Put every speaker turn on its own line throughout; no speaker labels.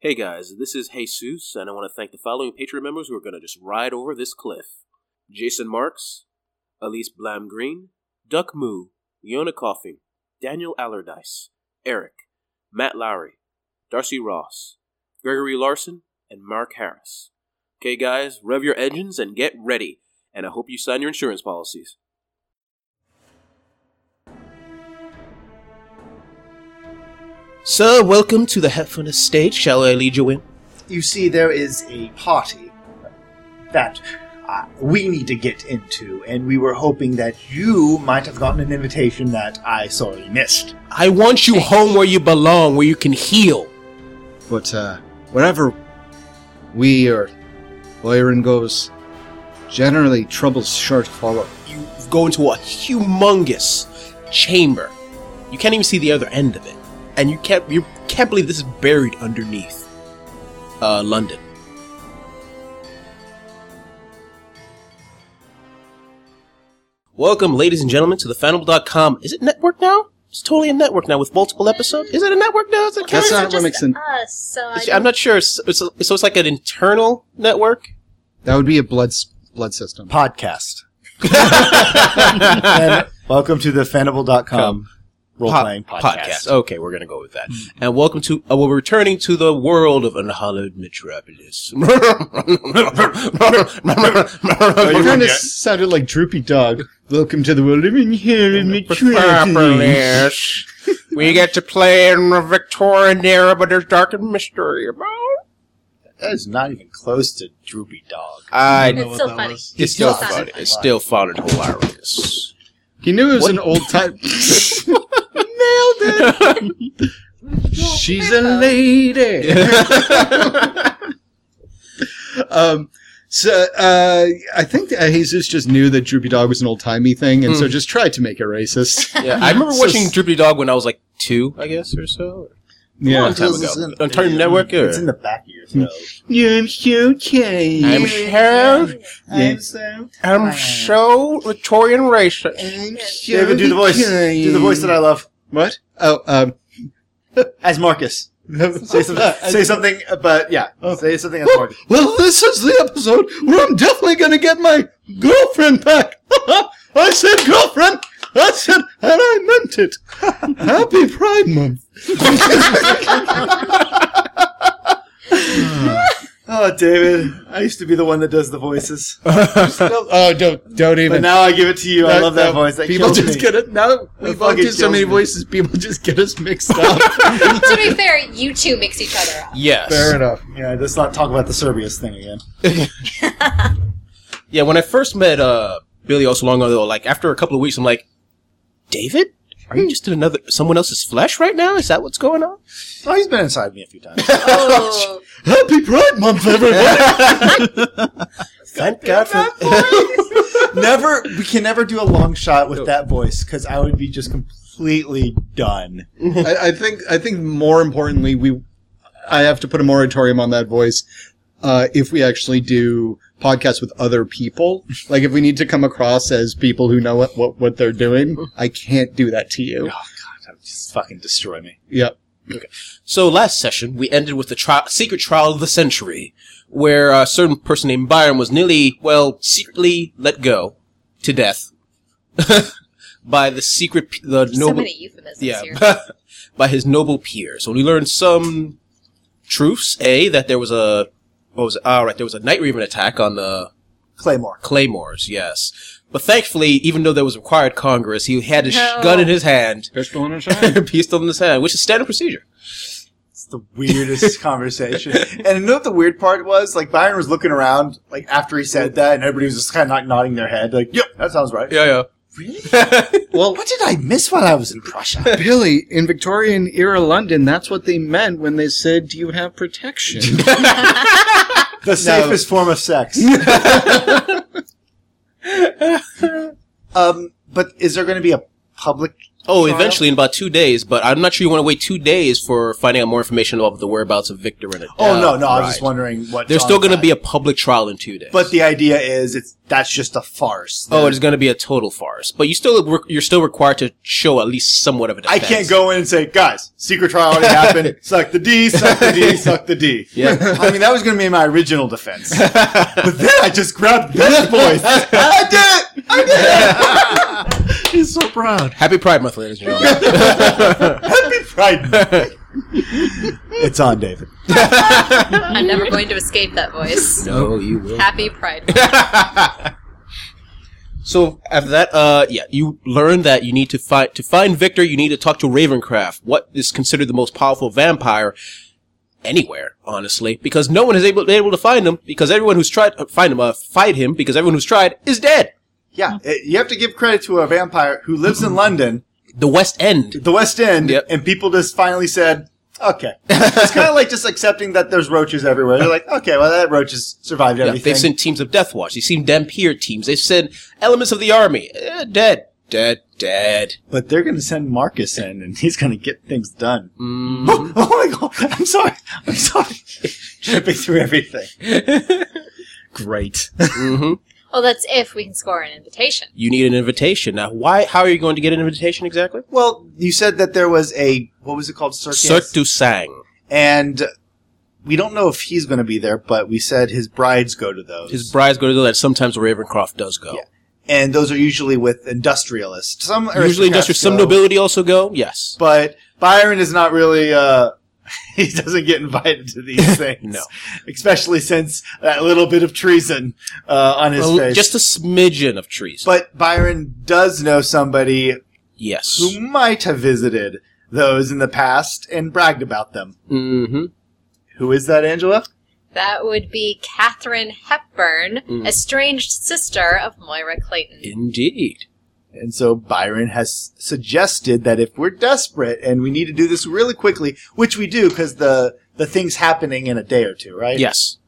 Hey guys, this is Jesus, and I want to thank the following Patreon members who are going to just ride over this cliff Jason Marks, Elise Blam Green, Duck Moo, Leona Coughing, Daniel Allardyce, Eric, Matt Lowry, Darcy Ross, Gregory Larson, and Mark Harris. Okay, guys, rev your engines and get ready, and I hope you sign your insurance policies.
Sir, welcome to the Hepburn Estate. Shall I lead you in?
you see, there is a party that uh, we need to get into, and we were hoping that you might have gotten an invitation that I sorely missed.
I want you home where you belong, where you can heal.
But uh, wherever we or Byron goes, generally troubles sure to follow.
You go into a humongous chamber. You can't even see the other end of it, and you can't you can't believe this is buried underneath uh, London. Welcome, ladies and gentlemen, to the Fanable.com. Is it network now? It's totally a network now with multiple episodes. Is it a network now? Is it
That's
counted?
not what makes an.
us, so I
It's- I'm not sure. It's, it's, so it's like an internal network.
That would be a blood s- blood system.
Podcast. and welcome to the Fanable.com role playing
Po-
podcast.
Okay, we're gonna go with that. And welcome to uh, we're returning to the world of unhallowed metropolis.
You kind
Metropolis.
of sounded like Droopy Dog. Welcome to the world of inherent
we get to play in the Victorian era, but there's dark and mystery about. it.
That is not even close to Droopy Dog.
I.
it's still funny.
It's still
not
funny.
funny.
It's still fun and hilarious.
He knew it was
What?
an old time. Nailed it. She's a lady. um, so uh, I think uh, Jesus just knew that Droopy Dog was an old timey thing, and so just tried to make it racist.
Yeah, I remember
So
watching
s-
Droopy Dog when I was like two, I guess, or so.
yeah.
time
This is
ago.
in-
On Turn Network, or-
It's in the back of your throat.
Yeah, I'm so
I'm
gay.
so,
I'm
so
I'm so Victorian racist.
I'm so
David, do the voice.
gay.
Do the voice that I love.
What? Oh, um.
As Marcus. Say, some, say something, uh, but yeah. Say something as Marcus.
Well, this is the episode where I'm definitely going to get my girlfriend back. I said girlfriend. I said, and I meant it. Happy Pride Month.
Oh, David. I used to be the one that does the voices.
oh, don't, don't
But
even.
now I give it to you. I love that voice. That
people
kills
just
me.
get it. Now that we
That
both
fucking
do so many
kills me.
voices, people just get us mixed up.
to be fair, you two mix each other up.
Yes.
Fair enough.
Yeah, let's not talk about the Serbius thing again.
Yeah, when I first met uh Billy also long ago, like after a couple of weeks, I'm like, David, are
Hmm.
you just in another someone else's flesh right now? Is that what's going on?
Oh, he's been inside me a few times.
Oh,
Happy Pride Month, everybody.
Thank God for
never, we can never do a long shot with that voice because I would be just completely done.
I, I think. I think more importantly, we. I have to put a moratorium on that voice. Uh, if we actually do podcasts with other people, like if we need to come across as people who know what what, what they're doing, I can't do that to you.
That would just fucking destroy me.
Yep.
So last session we ended with the tri- secret trial of the century, where a certain person named Byron was nearly, well, secretly let go to death by the secret p- the
so
noble
many euphemisms here.
yeah, by his noble peers. So we learned some truths. A that there was a what was it? All right, there was a night raven attack on the
Claymore.
claymores. Yes, but thankfully, even though there was required Congress, he had his
No.
gun in his hand,
Pistol in
pistol in his hand, which is standard procedure.
It's the weirdest conversation. And you know what the weird part was? Like Byron was looking around, like after he said that, and everybody was just kind of like nodding their head, like, "Yep, that sounds right."
Yeah,
Really?
yeah.
Well,
What did I miss while I was in Prussia?
Billy, in Victorian era London, that's what they meant when they said, "Do you have protection?"
The safest form of sex. um, but is there going to be a public
Oh,
Tomorrow?
eventually in about two days, but I'm not sure you want to wait two days for finding out more information about the whereabouts of Victor and Adele.
Oh no, no, I was
Right.
just wondering what.
There's still
John's
going to
at.
be a public trial in two days.
But the idea is, it's that's just a farce.
oh, it is going to be a total farce. But you still you're still required to show at least somewhat of a
I
defense.
can't go in and say, guys, secret trial already happened. Suck the D, suck the D, suck the D.
Yeah.
I mean, that was going to be my original defense. but then I just grabbed this voice. I did it! I did it! He's so proud.
Happy Pride Month, ladies and gentlemen.
Happy Pride. Month. it's on, David.
I'm never going to escape that voice.
no, you will.
Happy Pride Month.
So after that, uh, yeah, you learn that you need to find to find Victor. You need to talk to Ravencraft, what is considered the most powerful vampire anywhere, honestly, because no one is able able to find him because everyone who's tried uh, find him uh, fight him because everyone who's tried is dead.
Yeah, eh, you have to give credit to a vampire who lives in London,
The West End.
the West End,
Yep.
and people just finally said, okay. it's kind of like just accepting that there's roaches everywhere. They're like, okay, well, that roach has survived
Yeah,
everything.
they've sent teams of Death Watch. They've seen Dampier teams. They've sent elements of the army. Eh, dead, dead, dead.
But they're going to send Marcus in, and he's going to get things done.
Mm-hmm.
Oh, oh my god! I'm sorry. I'm sorry. Tripping through everything.
Great.
Mm-hmm.
Well, that's if we can score an invitation.
You need an invitation now. Why? How are you going to get an invitation exactly?
Well, you said that there was a what was it called circus,
Cirque du Sang.
and we don't know if he's going to be there, but we said his brides go to those,
His brides go to that. Sometimes Ravencroft does go.
Yeah. and those are usually with industrialists. Some
Usually, industrial.
aristocrats
Some
go,
nobility also go. Yes.
but Byron is not really. uh he doesn't get invited to these things,
No.
Especially since that little bit of treason uh, on his
Well,
face.
just a smidgen of trees.
But Byron does know somebody
yes.
who might have visited those in the past and bragged about them.
hmm
Who is that, Angela?
That would be Catherine Hepburn,
Mm.
estranged sister of Moira Clayton.
Indeed.
And so Byron has suggested that if we're desperate and we need to do this really quickly, which we do because the the thing's happening in a day or two, right?
Yes.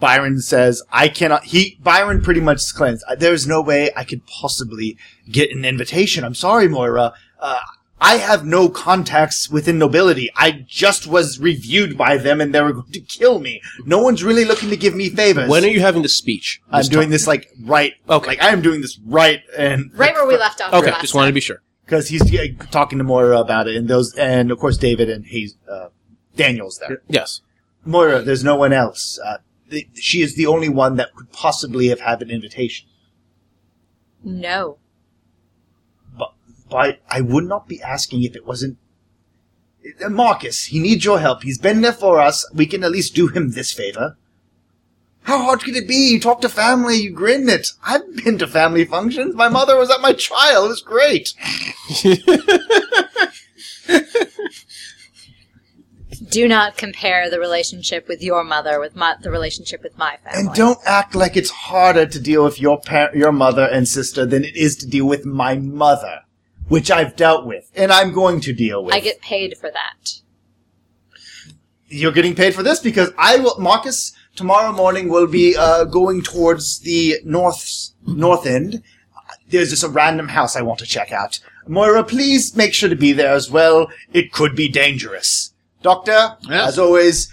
Byron says, "I cannot." He Byron pretty much claims, "There's no way I could possibly get an invitation." I'm sorry, Moira. Uh, I have no contacts within nobility. I just was reviewed by them, and they were going to kill me. No one's really looking to give me favors.
When are you having the speech?
I'm
This
doing
time?
this like right.
Okay.
Like I am doing this right, and
Right where we left off.
Okay.
last
Just wanted to be sure.
because he's uh, talking to Moira about it, and those, and of course David and he's uh, Daniel's there.
Yes.
Moira, there's no one else. Uh, th- she is the only one that could possibly have had an invitation.
time. No.
But, but I would not be asking if it wasn't. Uh, Marcus, he needs your help. He's been there for us. We can at least do him this favor. How hard could it be? You talk to family, you grin it. I've been to family functions. My mother was at my trial. It was great.
Do not compare the relationship with your mother with my, the relationship with my family.
And don't act like it's harder to deal with your par- your mother and sister than it is to deal with my mother, which I've dealt with and I'm going to deal with.
I get paid for that.
You're getting paid for this because I will. Marcus tomorrow morning will be uh, going towards the north north end. There's just a random house I want to check out. Moira, please make sure to be there as well. It could be dangerous. Doctor,
Yes.
as always,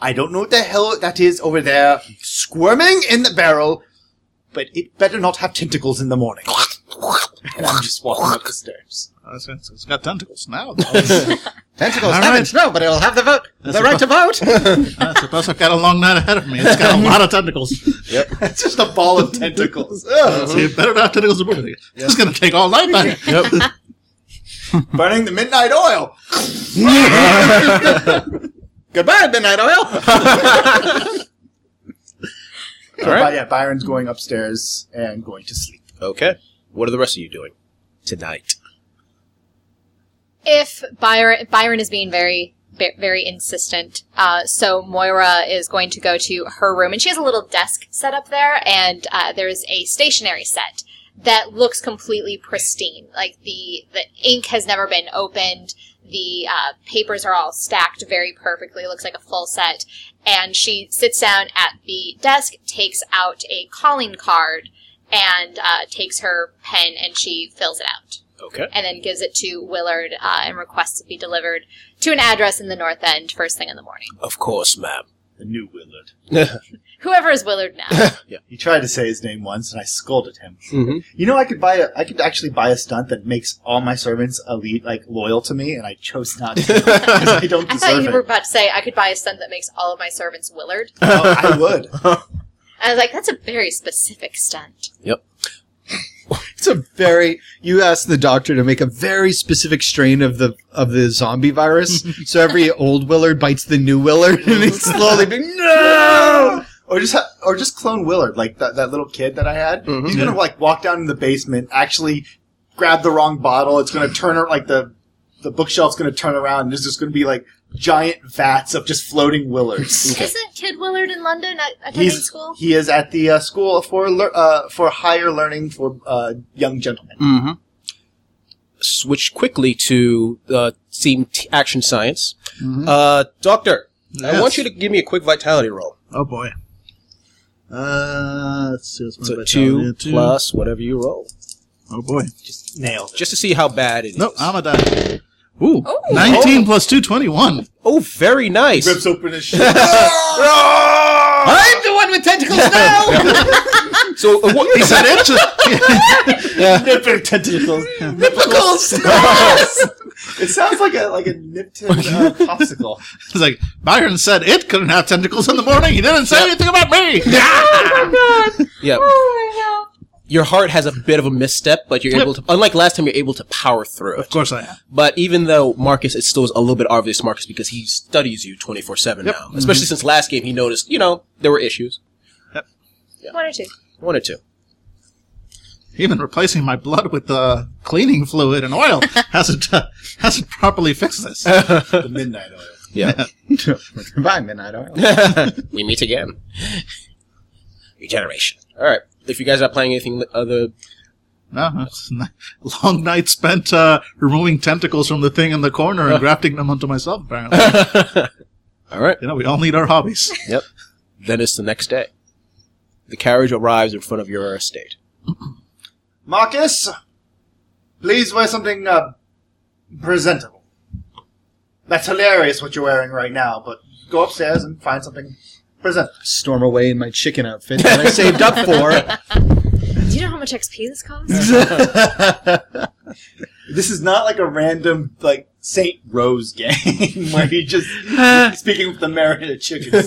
I don't know what the hell that is over there, squirming in the barrel, but it better not have tentacles in the morning. And I'm just walking up the stairs.
Oh, it's- it's- it's got tentacles now.
Tentacles
All
haven't, no, but it'll have the vote. the right to vote.
I suppose I've got a long night ahead of me. It's got a lot of tentacles.
It's just a ball of tentacles. Ugh.
So you better not have tentacles in the morning. This is going to take all night. buddy.
burning the midnight oil.
Goodbye, Midnight Oil.
So,
All right.
By, yeah, Byron's going upstairs and going to sleep.
Okay. What are the rest of you doing tonight?
If Byron Byron is being very ve- very insistent, uh, so Moira is going to go to her room, and she has a little desk set up there, and uh, there's a stationery set that looks completely pristine. Like the the ink has never been opened. The uh, papers are all stacked very perfectly. It looks like a full set. And she sits down at the desk, takes out a calling card, and uh, takes her pen, and she fills it out.
Okay.
and then gives it to Willard uh, and requests it be delivered to an address in the North End first thing in the morning.
Of course, ma'am.
The new Willard.
Whoever is Willard now.
He tried to say his name once, and I scolded him.
Mm-hmm.
hmm
You know, I could buy a, I could actually buy a stunt that makes all my servants elite, like loyal to me, and I chose not to. 'Cause I don't
I thought
deserve
you were
it.
about to say I could buy a stunt that makes all of my servants Willard.
Oh, I would.
I was like, that's a very specific stunt.
It's a very you asked the doctor to make a very specific strain of the of the zombie virus. so every old Willard bites the new Willard and he's slowly being No
Or just, ha- or just clone Willard, like that, that little kid that I had.
Mm-hmm.
Mhm.
He's gonna like walk down in the basement, actually grab the wrong bottle. It's gonna turn ar- like the the bookshelf's gonna turn around. and There's just gonna be like giant vats of just floating Willards.
Isn't Kid Willard in London at, attending
He's
school?
he is at the uh, school for lear- uh, for higher learning for uh, young gentlemen.
hmm Switch quickly to uh, team t- action science.
Mm-hmm.
Uh, doctor, I want you to give me a quick vitality roll.
Oh boy. Uh, let's see. What's my
So
vitality?
two, plus whatever you roll,
Oh boy.
Nailed.
just to see how bad it is.
Nope, I'm a die. Ooh,
Oh.
19 plus 2, 21.
oh, very nice.
rips open his shirt.
I'm the one with tentacles now
So uh, what,
Is that it? Just-
Nipping tentacles.
Nipples!
It sounds like a like a nip tip uh, popsicle.
it's like, Byron said it couldn't have tentacles in the morning. He didn't say anything about me.
yeah,
Oh
your heart has a bit of a misstep, but you're able to. Unlike last time, you're able to power through
Of
it.
course I am.
But even though Marcus is still a little bit obvious, Marcus, because he studies you 24 7 now. Especially
Mm-hmm.
since last game he noticed, you know, there were issues.
no! One or two.
One or two.
Even replacing my blood with uh, cleaning fluid and oil hasn't uh, hasn't properly fixed this.
The midnight oil.
Yeah.
Bye, Midnight Oil.
we meet again. Regeneration. All right. If you guys are not playing anything li- other.
No, it's n- long night spent uh, removing tentacles from the thing in the corner and grafting them onto myself. Apparently,
All right.
you know, we all need our hobbies.
Yep. then it's the next day. The carriage arrives in front of your estate.
Marcus, please wear something uh, presentable. That's hilarious what you're wearing right now, but go upstairs and find something presentable.
Storm away in my chicken outfit that I saved up for.
Do you know how much XP this costs?
This is not like a random like Saint Rose game where you just speaking with the merit of chickens.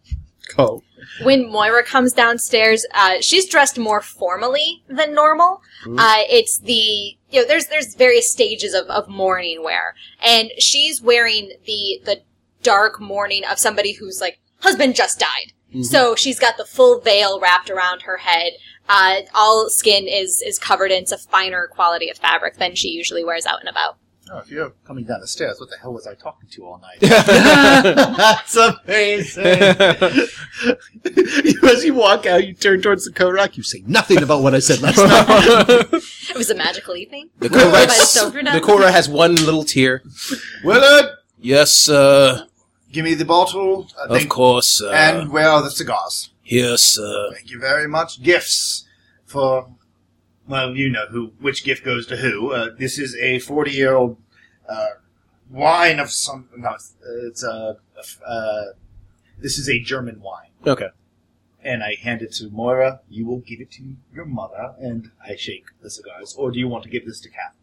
Go.
when Moira comes downstairs, uh, she's dressed more formally than normal. Uh, it's the you know there's there's various stages of, of morning wear, and she's wearing the the dark mourning of somebody whose like husband just died. So she's got the full veil wrapped around her head. Uh, all skin is is covered in it's a finer quality of fabric than she usually wears out and about.
Oh, if you're coming down the stairs, what the hell was I talking to all night? That's amazing.
You- As you walk out, you turn towards the Korak. You say nothing about what I said last night.
It was a magical evening.
The
By the
Korra,
stove you're
the
done.
Korra has one little tear.
Willard,
Yes, uh,
give me the bottle. I
of
think,
course. Uh,
And where are the cigars?
yes, uh,
Thank you very much. Gifts for well, you know who which gift goes to who. Uh, this is a forty-year-old uh, wine of some. No, it's, it's a. Uh, this is a German wine,
okay.
and I hand it to Moira. You will give it to your mother, and I shake the cigars. Or do you want to give this to Kath?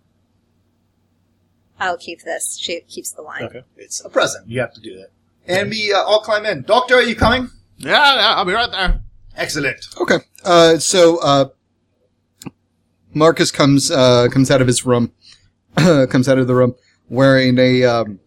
I'll keep this. She keeps the wine.
It's a present. You have to do that. And we uh, all climb in. Doctor, are you coming?
yeah, yeah, I'll be right there.
Excellent.
Okay. Uh, so uh, Marcus comes uh, comes out of his room, comes out of the room wearing a um,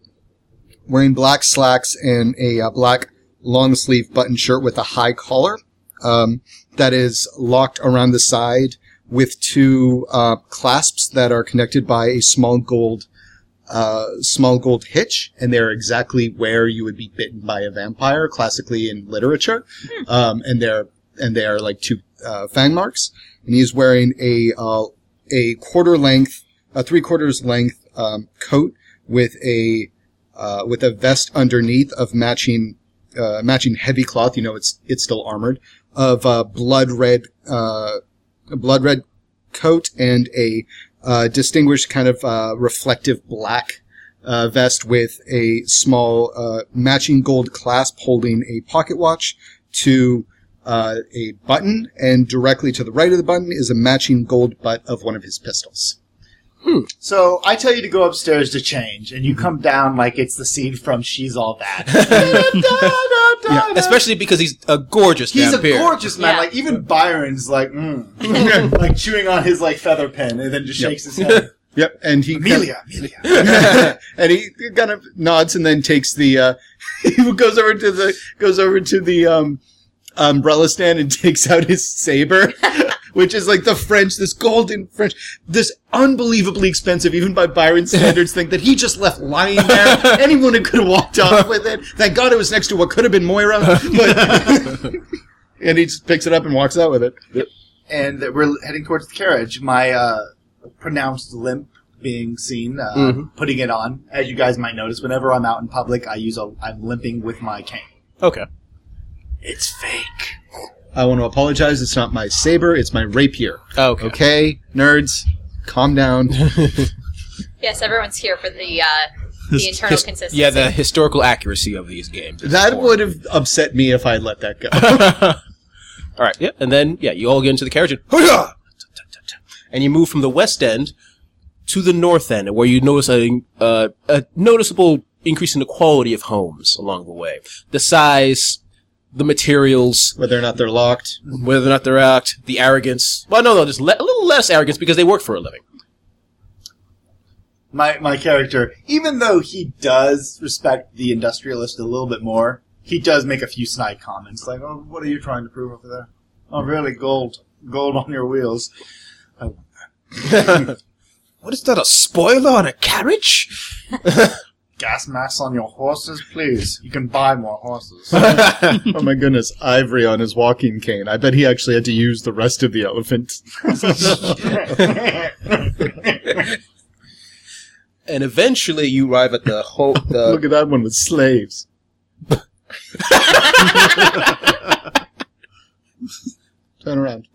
wearing black slacks and a uh, black long sleeve button shirt with a high collar um, that is locked around the side with two uh, clasps that are connected by a small gold uh, small gold hitch, and they're exactly where you would be bitten by a vampire, classically in literature, um, and they're and they are like two uh, fang marks. And he's wearing a uh, a quarter length, a three quarters length um, coat with a uh, with a vest underneath of matching uh, matching heavy cloth. You know, it's it's still armored of uh, blood red uh, a blood red coat and a uh, distinguished kind of uh, reflective black uh, vest with a small uh, matching gold clasp holding a pocket watch to uh, a button, and directly to the right of the button is a matching gold butt of one of his pistols.
So I tell you to go upstairs to change, and you come down like it's the scene from She's All That.
Yeah, especially because he's a gorgeous
He's
vampire.
a gorgeous man.
Yeah.
Like even Byron's like, mm, like chewing on his like feather pen, and then just shakes his head.
Yep, and he
Amelia, Amelia.
and he kind of nods and then takes the uh, he goes over to the goes over to the um, umbrella stand and takes out his saber which is like the french this golden french this unbelievably expensive even by byron standards thing that he just left lying there anyone who could have walked off with it thank god it was next to what could have been moira but and he just picks it up and walks out with it
and that we're heading towards the carriage. My uh, pronounced limp being seen, uh, putting it on. As you guys might notice, whenever I'm out in public, I use a, I'm limping with my cane.
Okay.
It's fake.
i want to apologize it's not my saber it's my rapier
Okay.
okay nerds calm down
Yes, everyone's here for the uh, the internal
His-
consistency.
yeah, the historical accuracy of these games.
That would have upset me if I had let that go.
All right. Yeah, and then yeah, you all get into the carriage and,
Oh,
"Hurrah!" and you move from the west end to the north end, where you notice a, uh, a noticeable increase in the quality of homes along the way. The size, the materials,
Whether or not they're locked.
whether or not they're out, the arrogance. Well, no, no, there's le- a little less arrogance because they work for a living.
My my character, even though he does respect the industrialist a little bit more, he does make a few snide comments like, "Oh, what are you trying to prove over there? Oh, really? Gold, gold on your wheels."
What is that? A spoiler on a carriage?
Gas masks on your horses, please. You can buy more horses.
Oh my goodness, Ivory on his walking cane. I bet he actually had to use the rest of the elephant.
And eventually, you arrive at the whole. The,
Look at that one with slaves. Turn around.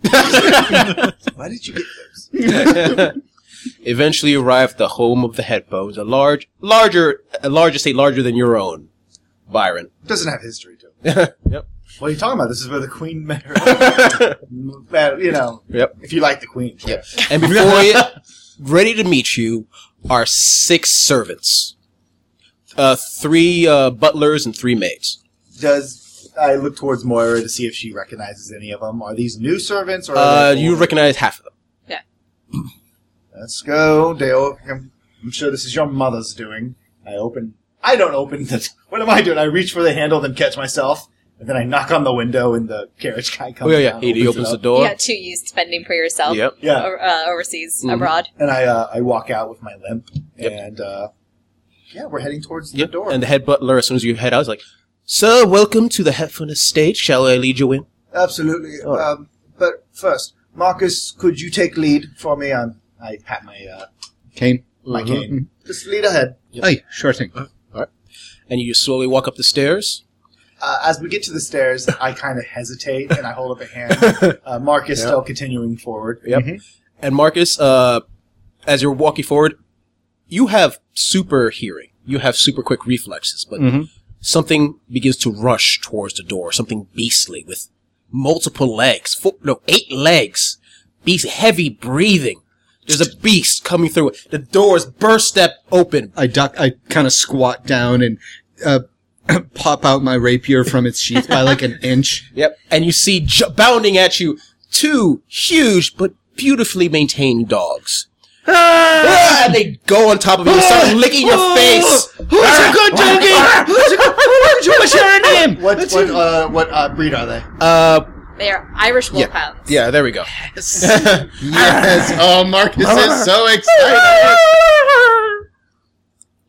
Why did you get those?
eventually you arrive at the home of the headbones, a large, larger, a large estate larger than your own, Byron.
Doesn't have history to it.
Yep.
What are you talking about? This is where the queen met her. Well, you know,
Yep.
if you like the queen. Yep.
And before you, ready to meet you, are six servants, uh, three uh, butlers and three maids.
Does I look towards Moira to see if she recognizes any of them? Are these new servants or? are
Uh,
they
you
old?
recognize half of them.
Let's go, Dale. I'm, I'm sure this is your mother's doing. I open. I don't open. The, what am I doing? I reach for the handle, then catch myself, and then I knock on the window, and the carriage guy
Oh
comes.
yeah, yeah.
down,
He, he opens
it
the
up,
door.
Yeah, two used spending for yourself.
Yep.
Yeah.
o- uh, overseas,
Mhm.
abroad.
and I uh, I walk out with my limp,
Yep.
and uh, yeah, we're heading towards
Yep.
the door.
And the head butler, as soon as you head out, is like, "Sir, welcome to the Hepburn Estate. Shall I lead you in?"
Absolutely.
Oh,
Um, but first, Marcus, could you take lead for me? Um, I pat my uh,
Cane.
my
Mm-hmm.
cane. Just lead ahead.
Aye, sure thing.
And you slowly walk up the stairs.
Uh, as we get to the stairs, I kind of hesitate and I hold up a hand. Uh, Marcus still continuing forward.
Yep. And Marcus, uh, as you're walking forward, you have super hearing. You have super quick reflexes, but something begins to rush towards the door. Something beastly with multiple legs. Four, no, eight legs. Beast, heavy breathing. There's a beast coming through. The doors burst up open.
I duck, I kind of squat down and, uh, pop out my rapier from its sheath by like an inch.
Yep. And you see ju- bounding at you two huge but beautifully maintained dogs. Ah, and they go on top of you and start licking your face.
Who's
Ah!
a good donkey? Who's a good, what's your name?
What what uh, what uh, breed are they?
Uh,
They are Irish wolfhounds.
yeah, there we go.
Yes. Oh, Marcus is so excited.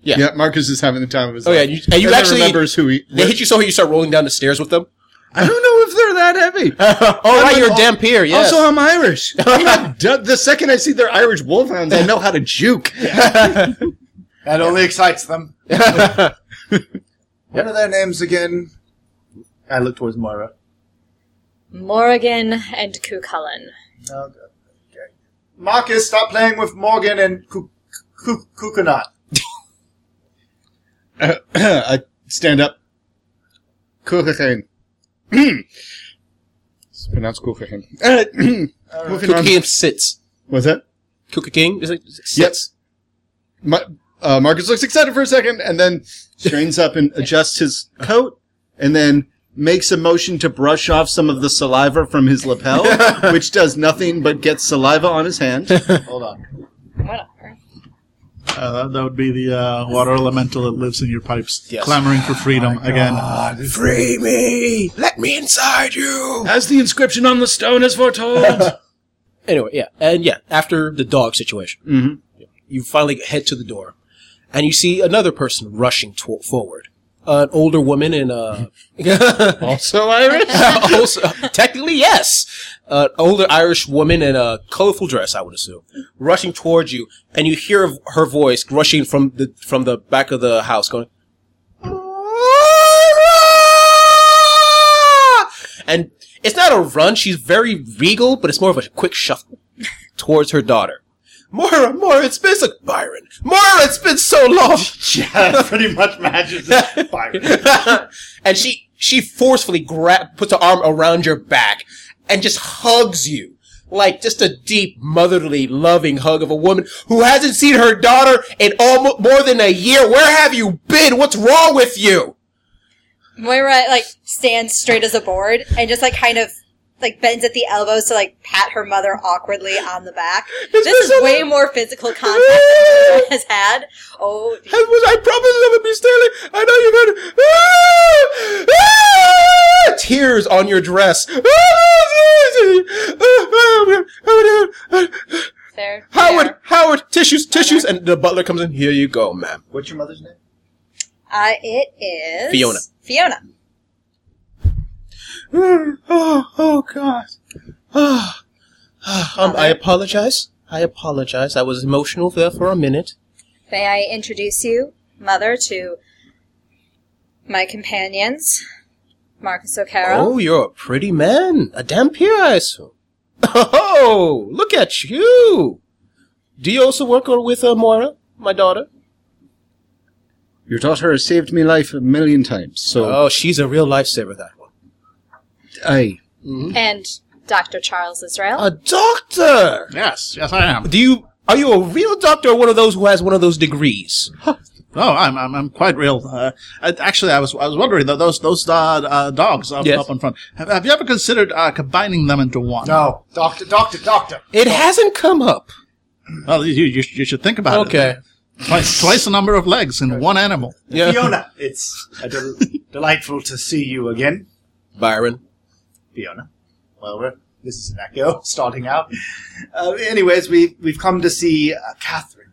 Yeah.
Yeah, Marcus is having the time of his
Oh,
life.
yeah, you- and you
then
actually-
remembers who he.
They hit you so hard you start rolling down the stairs with them.
I don't know if they're that heavy.
oh, right, you're a damn peer, yes.
Also, I'm Irish. I'm not du- the second I see they're Irish wolfhounds, I know how to juke.
Uh,
That only excites them. What are their names again? I look towards Moira.
Morrigan and Cucullin.
Oh, Okay. Marcus, stop playing with Morgan and Cu- Cu- Cucunat.
I stand up. Kuchen. it's pronounced Kuchen. Uh, moving
Kuka
on.
King sits.
What's that?
Kuka King is like, sits.
My, uh, Marcus looks excited for a second and then straightens up and adjusts his coat and then makes a motion to brush off some of the saliva from his lapel, which does nothing but gets saliva on his hand.
Hold on.
Whatever.
Uh, that, that would be the uh, water elemental that lives in your pipes,
Yes.
clamoring for freedom again.
Free me! Let me inside you!
As the inscription on the stone is foretold.
Anyway, yeah. And yeah, after the dog situation,
hmm
you finally head to the door and you see another person rushing to- forward. an older woman in a.
Also Irish?
also, technically, yes. An older Irish woman in a colorful dress, I would assume, rushing towards you, and you hear her voice rushing from the from the back of the house, going, "Moira!" and it's not a run. She's very regal, but it's more of a quick shuffle towards her daughter. Moira, Moira, it's been so Byron. Moira, it's been so long.
Yeah, pretty much matches it. Byron.
and she she forcefully grab puts her arm around your back and just hugs you like just a deep motherly loving hug of a woman who hasn't seen her daughter in almost more than a year where have you been what's wrong with you
Moira like stands straight as a board and just like kind of like bends at the elbows to like pat her mother awkwardly on the back. This is way more physical contact than Moira has had. Oh,
I was- I promise I would be stealing. I know you've heard. Ah! Ah! Tears on your dress. Ah! Ah! Ah! Ah!
Fair.
Howard,
fair.
Howard, tissues, tissues, and the butler comes in. Here you go, ma'am.
What's your mother's name?
uh, it is
Fiona.
Fiona.
oh, oh God. Ah. Ah, um, I apologize. I apologize. I was emotional there for a minute.
May I introduce you, mother, to my companions, Marcus O'Carroll.
Oh, you're a pretty man. A dampier, I assume. Oh, look at you. Do you also work with uh, Moira, my daughter?
Your daughter has saved me life a million times, so
Oh, she's a real lifesaver, that one.
I.
Oh.
And
Dr. Charles Israel.
A doctor!
Yes, yes, I am.
Do you, are you a real doctor or one of those who has one of those degrees?
Oh, I'm I'm, I'm quite real. Uh, I, actually, I was I was wondering tho- those those uh, uh, dogs up,
Yes.
up in front. Have, have you ever considered uh, combining them into one?
No, doctor, doctor, doctor.
It hasn't come up.
Well, you, you you should think about it. Twice twice the number of legs in one animal.
Yeah.
Fiona, it's a del- delightful to see you again,
Byron.
Fiona. Well, we're, this is an echo starting out. Uh, anyways, we we've come to see uh, Catherine.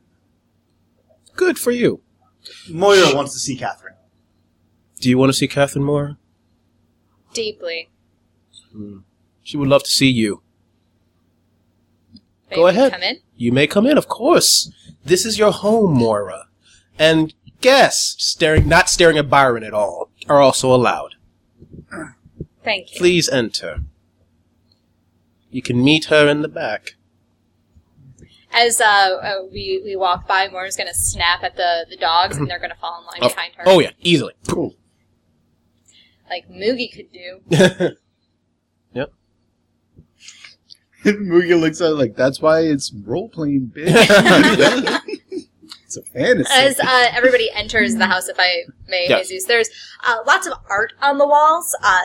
Good for you.
Moira wants to see Catherine.
Do you want to see Catherine Moore?
deeply.
She would love to see you.
May
Go
we
ahead.
Come in.
You may come in, of course. This is your home, Moira. And guests staring, not staring at Byron at all, are also allowed.
Thank you.
Please enter. You can meet her in the back.
As uh, uh, we we walk by, Moira's gonna snap at the the dogs, and they're gonna fall in line
Of-
behind her.
Oh yeah, easily.
Like Moogie could do.
Mugi looks at it like, that's why it's role playing, bitch. it's a fantasy.
As uh, everybody enters the house, if I may,
Yes.
Jesus, there's
uh, lots of art on the walls. Uh,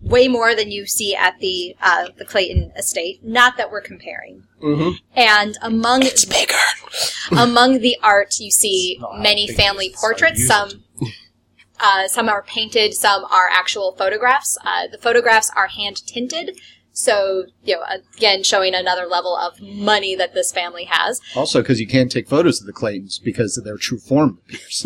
way more than you see at the uh, the Clayton estate. Not that we're comparing.
Mhm.
And among
bigger.
among the art, you see
not
many
big,
family
it's
portraits.
unusual.
Some uh, some are painted, some are actual photographs. Uh, the photographs are hand tinted. So, you know, again, showing another level of money that this family has.
also, because you can't take photos of the Claytons because of their true form appears.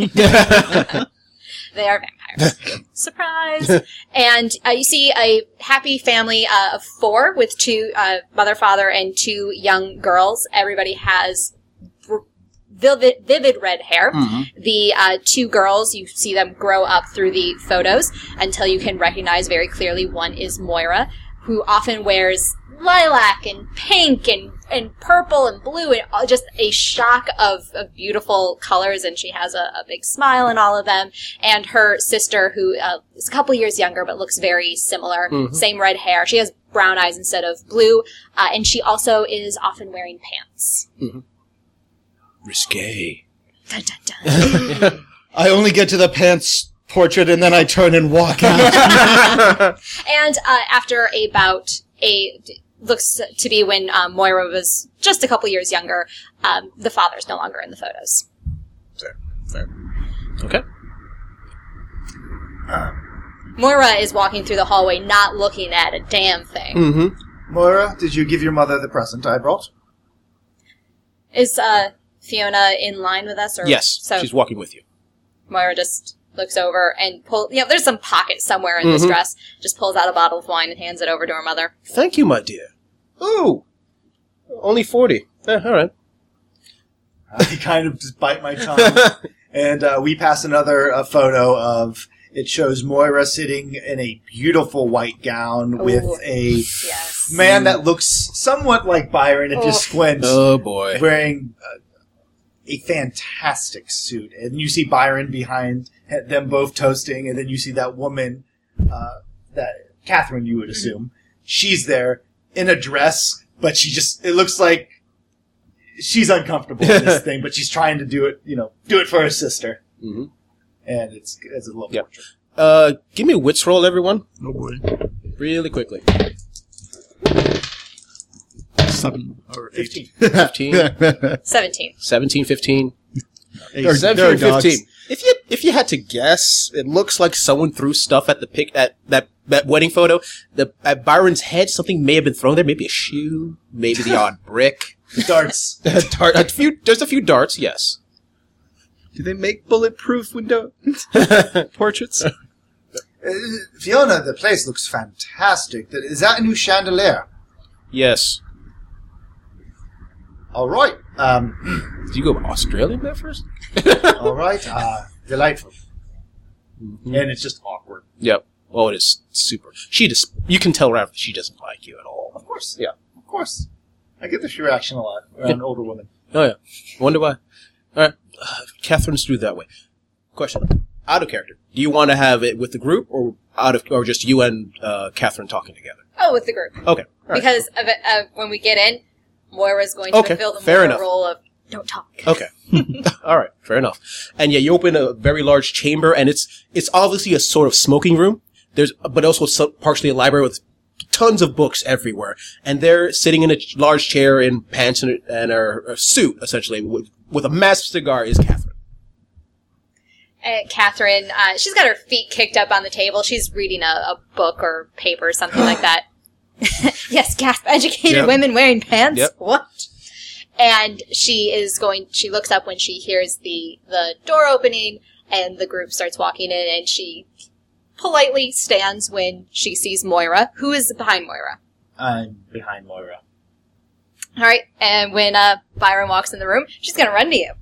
They are vampires. Surprise! and uh, you see a happy family uh, of four with two uh, mother, father, and two young girls. Everybody has v- vivid, vivid red hair. The uh, two girls, you see them grow up through the photos until you can recognize very clearly one is Moira, who often wears lilac and pink and and purple and blue and all- just a shock of, of beautiful colors. And she has a, a big smile in all of them. And her sister, who uh, is a couple years younger but looks very similar, same red hair. She has brown eyes instead of blue, uh, and she also is often wearing pants.
Risque.
Dun, dun, dun.
I only get to the pants portrait and then I turn and walk out.
And uh, after about a looks to be when um, Moira was just a couple years younger, um, the father's no longer in the photos.
Okay.
Moira is walking through the hallway, not looking at a damn thing.
Mm-hmm.
Moira, did you give your mother the present I brought?
Is uh, Fiona in line with us? Or
Yes,
So
she's walking with you.
Moira just looks over and pull. You know, there's some pocket somewhere in this
Mm-hmm.
dress. Just pulls out a bottle of wine and hands it over to her mother.
Thank you, my dear.
Ooh.
Only 40. Eh, all right.
I Uh, kind of just bite my tongue. and uh, we pass another uh, photo of it shows Moira sitting in a beautiful white gown with
Ooh.
a
Oh, Yes.
man that looks somewhat like Byron if
Oh.
you squint,
Oh, boy.
wearing uh, a fantastic suit. And you see Byron behind them both toasting, and then you see that woman, uh, that Catherine, you would assume, she's there in a dress, but she just it looks like she's uncomfortable in this thing, but she's trying to do it, you know, do it for her sister.
Mhm.
And it's it's a little
Yep.
portrait.
Uh, give me a wits roll, everyone,
Oh boy.
really quickly.
Seven or eight.
Fifteen.
15,
Seventeen.
17, 15.
Eight.
Or
Seven.
there are
17,
dogs.
15. If you if you had to guess, it looks like someone threw stuff at the pic at that that wedding photo. The at Byron's head, something may have been thrown there. Maybe a shoe, maybe the odd brick.
Darts.
A dart, a few, there's a few darts. Yes.
Do they make bulletproof window portraits?
Uh, Fiona, the place looks fantastic. That- Is that a new chandelier?
Yes.
All right. Um,
Did you go Australian there first?
all right. Uh, delightful. And it's just awkward.
Yep. Oh, it is super. She just you can tell right she doesn't like you at all.
Of course.
Yeah.
Of course. I get this reaction a lot around older women.
Oh yeah. Wonder why. All right. Uh, Catherine's through that way. Question. Out of character. Do you want to have it with the group or out of or just you and uh, Catherine talking together?
Oh, with the group.
Okay. All right.
because of, it- of when we get in, Moira's going to
Okay,
fulfill the
fair
Moira
enough.
role of don't talk.
Okay. All right. Fair enough. And yeah, you open a very large chamber, and it's it's obviously a sort of smoking room. There's, but also so- partially a library with tons of books everywhere. And they're sitting in a ch- large chair in pants and, a- and a, a suit, essentially, with, with a massive cigar. Is Catherine?
Uh, Catherine, uh, she's got her feet kicked up on the table. She's reading a, a book or paper or something like that. yes, gasp! Educated
Yep.
women wearing pants.
Yep.
What? And she is going. She looks up when she hears the the door opening, and the group starts walking in. And she politely stands when she sees Moira, who is behind Moira.
I'm behind Moira.
All right, and when uh, Byron walks in the room, she's gonna run to you.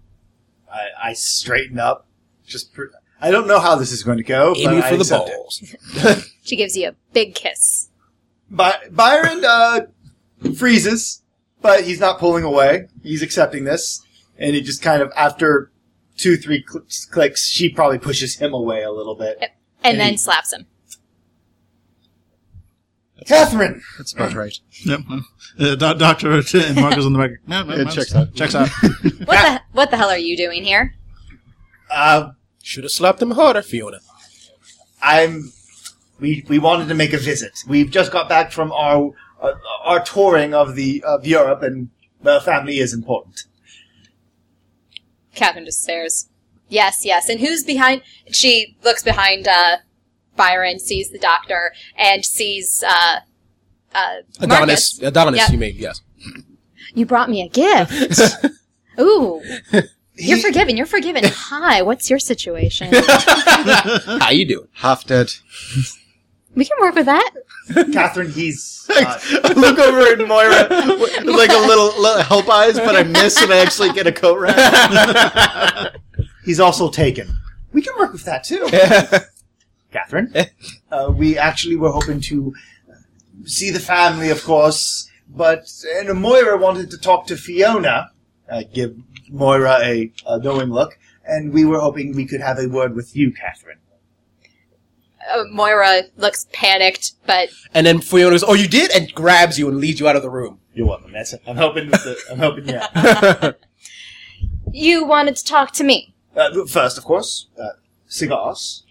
I, I straighten up. Just pr- I don't know how this is going to go.
Aiming
but I
for the
accept it.
balls.
She gives you a big kiss.
By- Byron uh, freezes, but he's not pulling away. He's accepting this, and he just kind of after two, three cl- clicks, she probably pushes him away a little bit.
And,
And
then
he-
slaps him.
Catherine,
That's about right.
Yep. Uh, doc- doctor and Marco's on the back. No, no,
It
no,
checks out.
Checks out.
What the what the hell are you doing here?
uh,
Should have slapped him harder, Fiona.
I'm. We we wanted to make a visit. We've just got back from our uh, our touring of the of Europe, and the family is important.
Catherine just stares. Yes, yes. And who's behind? She looks behind uh, Byron, sees the doctor, and sees uh, uh,
Adonis.
Marcus.
Adonis.
Yep.
You mean yes?
You brought me a gift. Ooh, you're
He-
forgiven. You're forgiven. Hi, what's your situation?
How you doing?
Half dead.
we can work with that.
Catherine, he's uh,
I look over at Moira with like a little, little help eyes, but I miss and I actually get a coat wrap.
he's also taken. We can work with that too. Catherine. uh, we actually were hoping to see the family, of course, But and Moira wanted to talk to Fiona. I give Moira a, a knowing look, and we were hoping we could have a word with you, Catherine.
Uh, Moira looks panicked, but
And then Fiona goes, "Oh, you did!" and grabs you and leads you out of the room.
You're welcome. That's it. I'm hoping. With the, I'm hoping. Yeah.
you wanted to talk to me.
Uh, first, of course, uh, cigars.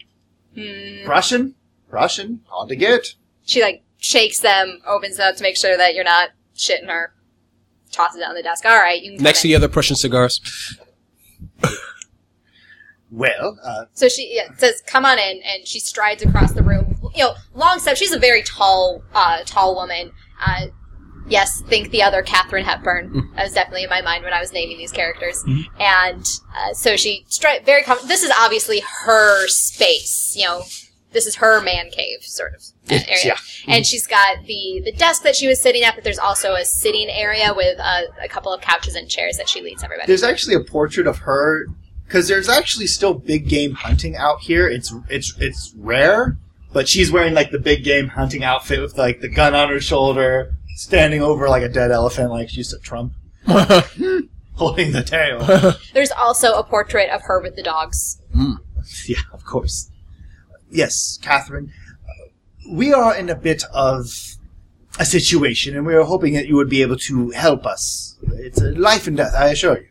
Russian, Russian, hard to get.
She like shakes them, opens them up to make sure that you're not shitting her. Tosses it on the desk. All right, you can come
Next to
in.
the other Prussian cigars.
Well, uh,
So she yeah, says, "Come on in," and she strides across the room. You know, long step. She's a very tall, uh, tall woman. Uh, yes, think the other Catherine Hepburn.
Mm-hmm.
That was definitely in my mind when I was naming these characters. And uh, so she stri- very. Com- this is obviously her space. You know, this is her man cave sort of that area.
yeah. Mm-hmm.
And she's got the the desk that she was sitting at, but there's also a sitting area with a, a couple of couches and chairs that she leads everybody.
there's actually a portrait of her because there's actually still big game hunting out here. It's it's it's rare, but she's wearing like the big game hunting outfit with like the gun on her shoulder, standing over like a dead elephant, like she's a Trump, holding the tail.
there's also a portrait of her with the dogs.
yeah, of course. Yes, Catherine, uh, we are in a bit of a situation, and we are hoping that you would be able to help us. It's a life and death, I assure you.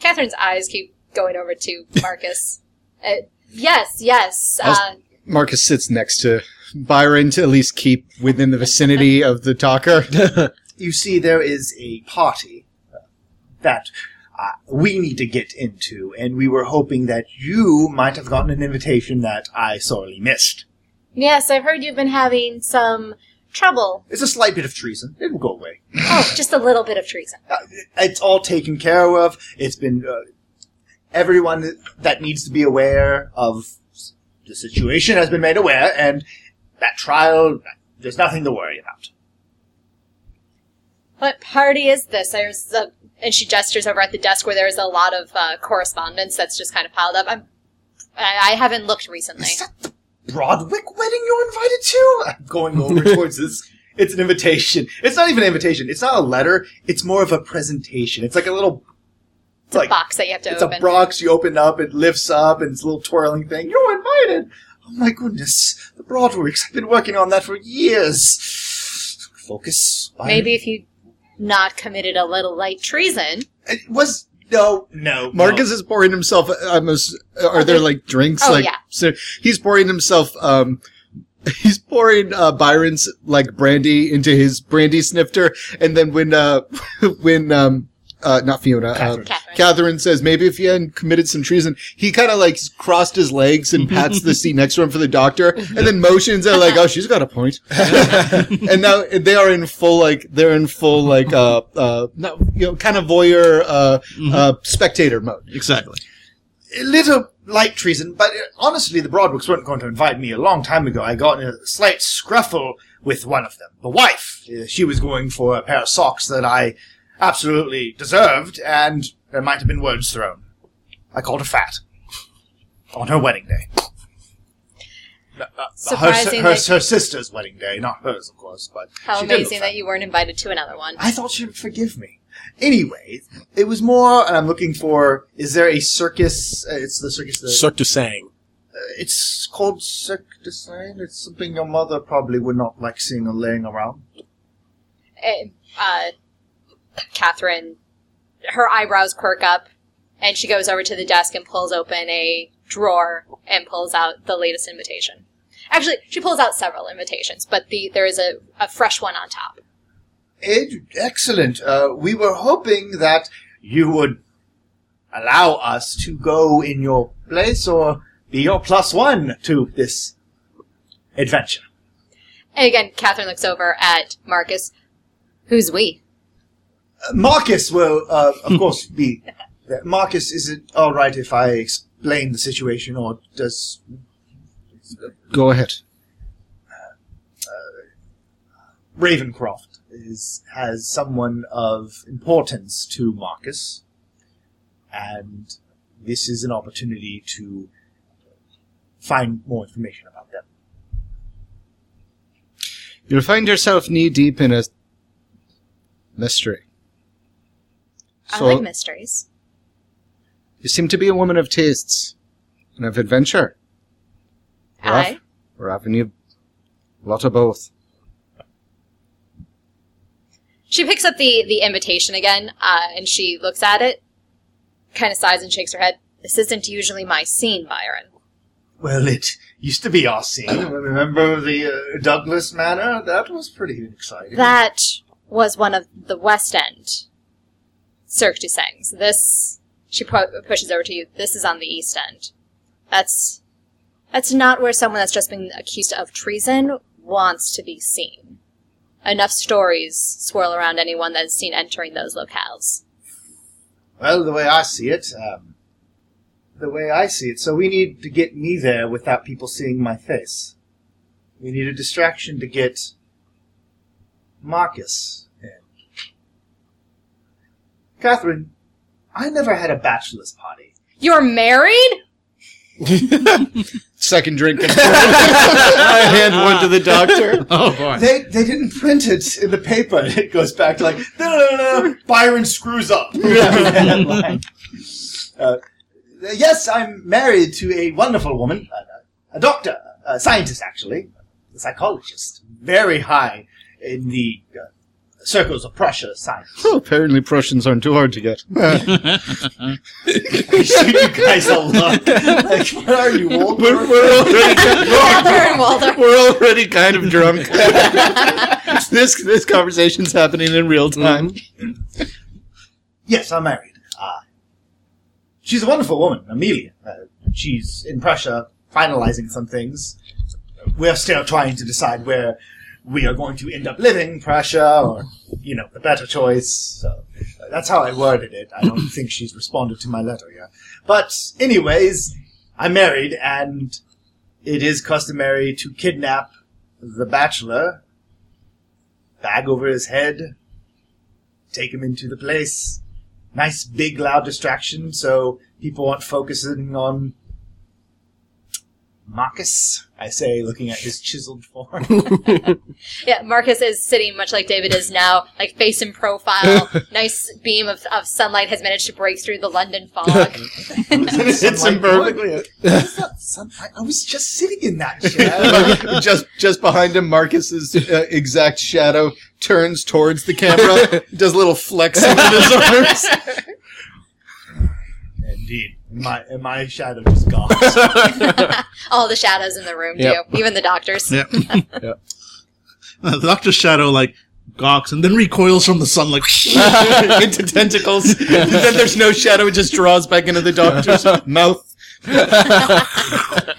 Catherine's eyes keep going over to Marcus. uh, yes, yes.
I was-
Uh,
Marcus sits next to Byron to at least keep within the vicinity of the talker.
you see there is a party uh, that uh, we need to get into, and we were hoping that you might have gotten an invitation that I sorely missed.
yes, I've heard you've been having some trouble.
It's a slight bit of treason. It will go away.
Oh, just a little bit of treason.
Uh, it's all taken care of. It's been uh, everyone that needs to be aware of the situation has been made aware, and that trial. There's nothing to worry about.
What party is this? There's a, and she gestures over at the desk where there's a lot of uh, correspondence that's just kind of piled up. I'm, I I haven't looked recently.
Is that the Broadwick wedding you're invited to? I'm going over towards this. It's an invitation. It's not even an invitation. It's not a letter. It's more of a presentation. It's like a little.
It's a box that you have to
It's
open.
a box you open up, it lifts up, and it's a little twirling thing. You're invited! Oh my goodness. The Broadwicks. I've been working on that for years. Focus. Byron.
Maybe if you not committed a little light treason.
It was. No, no.
Marcus is pouring himself. uh, I'm ass- are there like drinks?
Oh,
like
yeah.
so he's pouring himself. Um, he's pouring uh, Byron's like brandy into his brandy snifter, and then when uh, when um, uh, not Fiona, Catherine. Uh,
Catherine.
Catherine says maybe if he hadn't committed some treason, he kind of like crossed his legs and pats the seat next to him for the doctor, and then motions and like, oh, she's got a point. and now they are in full like they're in full like uh uh not, you know kind of voyeur uh uh spectator mode.
Exactly.
a little light treason, but uh, honestly, the Broadwicks weren't going to invite me a long time ago. I got in a slight scruffle with one of them, the wife. Uh, She was going for a pair of socks that I absolutely deserved, and there might have been words thrown. I called her fat on her wedding day. Uh, uh,
Surprising
her,
that-
her, her sister's wedding day, not hers, of course. But
How
she did look
amazing
fat.
that you weren't invited to another one.
I thought she'd forgive me. Anyway, it was more, and I'm looking for. Is there a circus? Uh, it's the circus. That,
Cirque du Sang.
it's called Cirque du Soleil. It's something your mother probably would not like seeing or laying around.
uh, Catherine, her eyebrows quirk up, and she goes over to the desk and pulls open a drawer and pulls out the latest invitation. Actually, she pulls out several invitations, but the there is a, a fresh one on top.
Ed, excellent. Uh, we were hoping that you would allow us to go in your place or be your plus one to this adventure.
And again, Catherine looks over at Marcus. Who's we?
Uh, Marcus will, uh, of course, be. there. Marcus, is it all right if I explain the situation, or does
Go ahead.
uh, Ravencroft is has someone of importance to Marcus, and this is an opportunity to find more information about them.
You'll find yourself knee deep in a mystery.
I like mysteries.
you seem to be a woman of tastes and of adventure. We're
I
off- We're having you a lot of both.
She picks up the the invitation again, uh, and she looks at it, kind of sighs and shakes her head. This isn't usually my scene, Byron.
Well, it used to be our scene. Remember the uh, Douglas Manor? That was pretty exciting.
That was one of the West End Cirque du Sangs. This she pro- pushes over to you. This is on the East End. That's that's not where someone that's just been accused of treason wants to be seen. Enough stories swirl around anyone that is seen entering those locales.
Well, the way I see it, um, the way I see it, so we need to get me there without people seeing my face. We need a distraction to get Marcus in. Catherine, I never had a bachelor's party.
You're married?
Second drink. I hand one to the doctor.
Oh boy.
They they didn't print it in the paper. It goes back to like no no no, no Byron screws up. Like, uh, yes, I'm married to a wonderful woman, a, a doctor, a scientist actually, a psychologist, very high in the uh, circles of Prussia science.
Oh, apparently Prussians aren't too hard to get.
you guys a lot. Like, what are you old?
We're, we're already,
Catherine Walder.
we're already kind of drunk. this this conversation's happening in real time.
Yes, I'm married. Uh, she's a wonderful woman, Amelia. Uh, she's in Prussia finalizing some things. We're still trying to decide where we are going to end up living, Prussia or, you know, the better choice. So uh, that's how I worded it. I don't think she's responded to my letter yet. But anyways, I'm married and it is customary to kidnap the bachelor, bag over his head, take him into the place. Nice big loud distraction, so people aren't focusing on Marcus. I say, looking at his chiseled form.
Yeah, Marcus is sitting much like David is now, like face in profile. nice beam of, of sunlight has managed to break through the London fog.
Hits
him perfectly.
I was just sitting in that chair.
just just behind him, Marcus's uh, exact shadow turns towards the camera, does a little flexing with his arms.
Indeed, my and my shadow just gone.
All the shadows in the room
Yep.
too, even the doctors.
Yeah. Uh, The Doctor Shadow like gawks and then recoils from the sun like
into tentacles. And then there's no shadow; it just draws back into the doctor's mouth.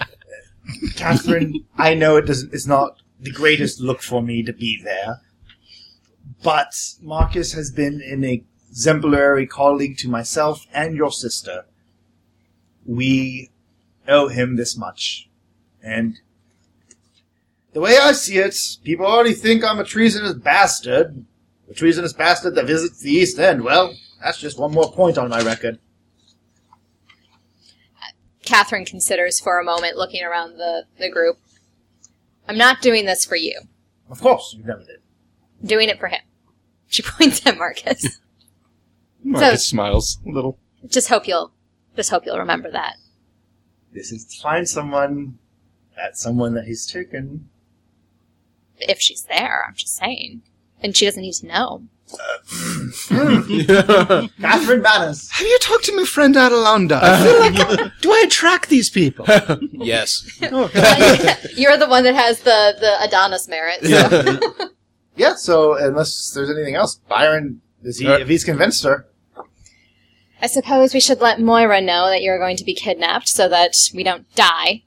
Catherine, I know it doesn't. It's not the greatest look for me to be there, but Marcus has been an exemplary colleague to myself and your sister. We owe him this much, and the way I see it, people already think I'm a treasonous bastard, a treasonous bastard that visits the East End. Well, that's just one more point on my record.
Catherine considers for a moment, looking around the, the group. I'm not doing this for you.
Of course, you never did.
I'm doing it for him. She points at Marcus.
Marcus smiles a little.
just hope you'll just hope you'll remember that.
This is to find someone. That's someone that he's taken.
If she's there, I'm just saying. And she doesn't need to know.
Catherine Manners.
Have you talked to my friend Adelanda? I feel like, do I attract these people?
yes.
You're the one that has the, the Adonis merit. so-
Yeah, so unless there's anything else, Byron, is he,
Uh,
if he's convinced her,
I suppose we should let Moira know that you're going to be kidnapped so that we don't die.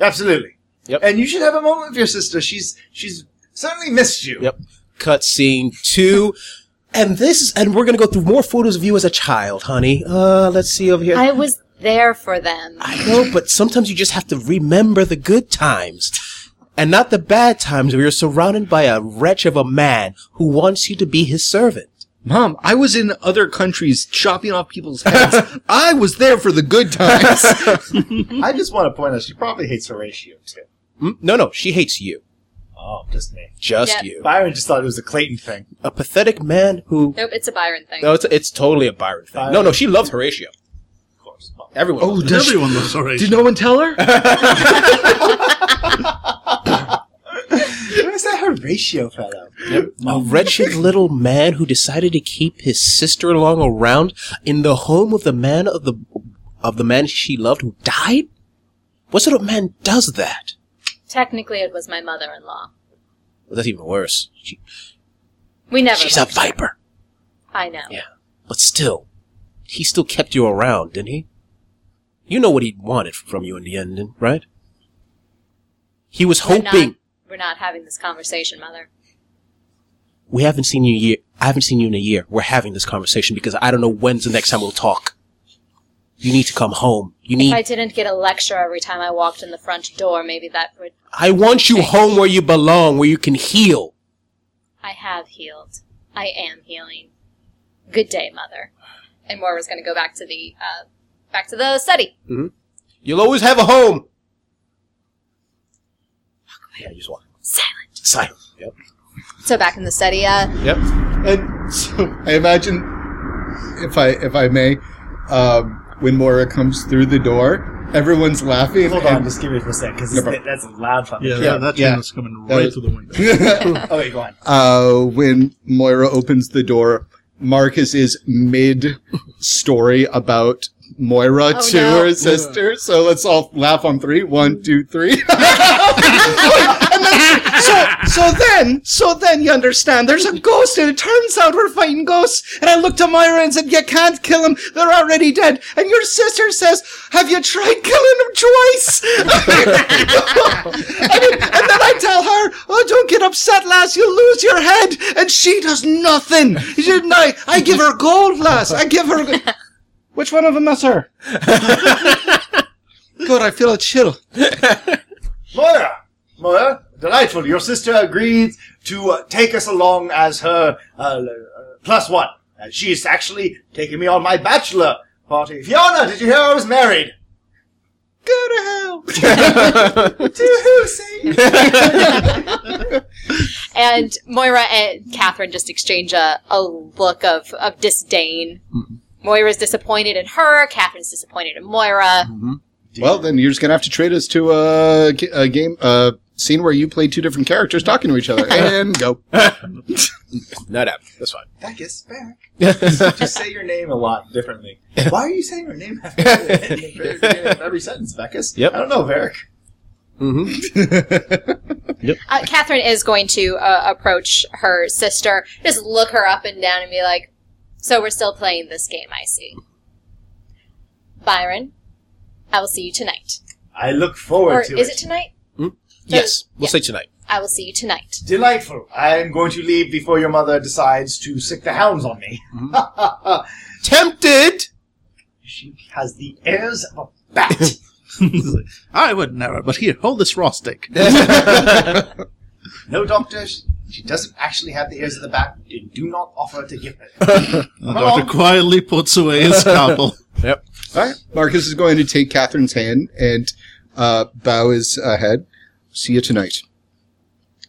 absolutely.
Yep.
And you should have a moment with your sister. She's she's certainly missed you.
Yep. Cut scene two. And this, and we're gonna go through more photos of you as a child, honey. Uh, let's see over here.
I was there for them.
I know, but sometimes you just have to remember the good times. And not the bad times where you're surrounded by a wretch of a man who wants you to be his servant.
Mom, I was in other countries chopping off people's heads. I was there for the good times.
I just want to point out she probably hates Horatio too.
Mm, No, no, she hates you.
Oh, just me.
Just
Yep.
you.
Byron just thought it was a Clayton thing.
A pathetic man who.
Nope, it's a Byron thing.
No, it's, it's totally a Byron thing. No, no, she loves Horatio.
Of course.
Everyone.
Oh,
loves
does she-
Everyone loves Horatio.
did no one tell her?
Where's that Horatio fellow?
a wretched little man who decided to keep his sister along around in the home of the man of the of the man she loved who died. What sort of man does that?
Technically, it was my mother-in-law.
Well, that's even worse. She,
We never.
she's a viper,
I know.
Yeah. but still, he still kept you around, didn't he? You know what he wanted from you in the end, right? He was
We're not-
hoping.
we're not having this conversation, mother.
we haven't seen you in a year. I haven't seen you in a year. We're having this conversation because I don't know when's the next time we'll talk. You need to come home. You need.
If I didn't get a lecture every time I walked in the front door, maybe that would.
I want you home where you belong, where you can heal.
I have healed. I am healing. Good day, mother. And Moira's going to go back to the uh, back to the study.
You'll always have a home. Yeah, you just walk.
Silent.
Silent. Yep.
So back in the study, uh,
Yep. And so I imagine, if I if I may, um, when Moira comes through the door, everyone's laughing.
Hold
and-
on, just give me a second, because
No problem.
that's a loud fucking
yeah,
Yeah,
that, that
yeah.
thing is coming right
was-
through the window.
Okay, go on.
uh, when Moira opens the door, Marcus is mid story about Moira
Oh,
to
no.
her sister. So let's all laugh on three. One, two, three. Like, and that's- so, so then, so then you understand. There's a ghost, and it turns out we're fighting ghosts. And I looked at Moira and said, "You can't kill him. They're already dead." And your sister says, "Have you tried killing him twice?" and, it- and then I tell her, "Oh, don't get upset, lass. You'll lose your head." And she does nothing. She didn't- I, I give her gold, lass. I give her. go- Which one of them is her? God, I feel a chill.
Moira! Moira, delightful. Your sister agreed to uh, take us along as her uh, uh, plus one. Uh, she's actually taking me on my bachelor party. Fiona, did you hear I was married? Go to hell. to who, Satan?
and Moira and Catherine just exchange a, a look of of disdain. Moira's disappointed in her. Catherine's disappointed in Moira.
Mm-hmm.
Well, then you're just gonna have to trade us to a, g- a game, a scene where you play two different characters talking to each other, and go.
Not up. That's fine.
That gets back. Just say your name a lot differently. Why are you saying your name after every, every sentence, Beckus?
Yep.
I don't know, Varric.
Uh, Catherine is going to uh, approach her sister, just look her up and down, and be like, "So we're still playing this game, I see." Byron, I will see you tonight.
I look forward
Or
to
is it tonight?
Yes, we'll
yeah.
say tonight.
I will see you tonight.
Delightful. I am going to leave before your mother decides to sick the hounds on me.
Tempted.
She has the ears of a bat.
He's like, I would never, but here, hold this raw steak.
no, doctor, she, she doesn't actually have the ears of the bat. You do not offer to give her.
The doctor
on.
quietly puts away his scalpel.
Yep.
All right. Marcus is going to take Catherine's hand and uh, bow his uh, head. See you tonight.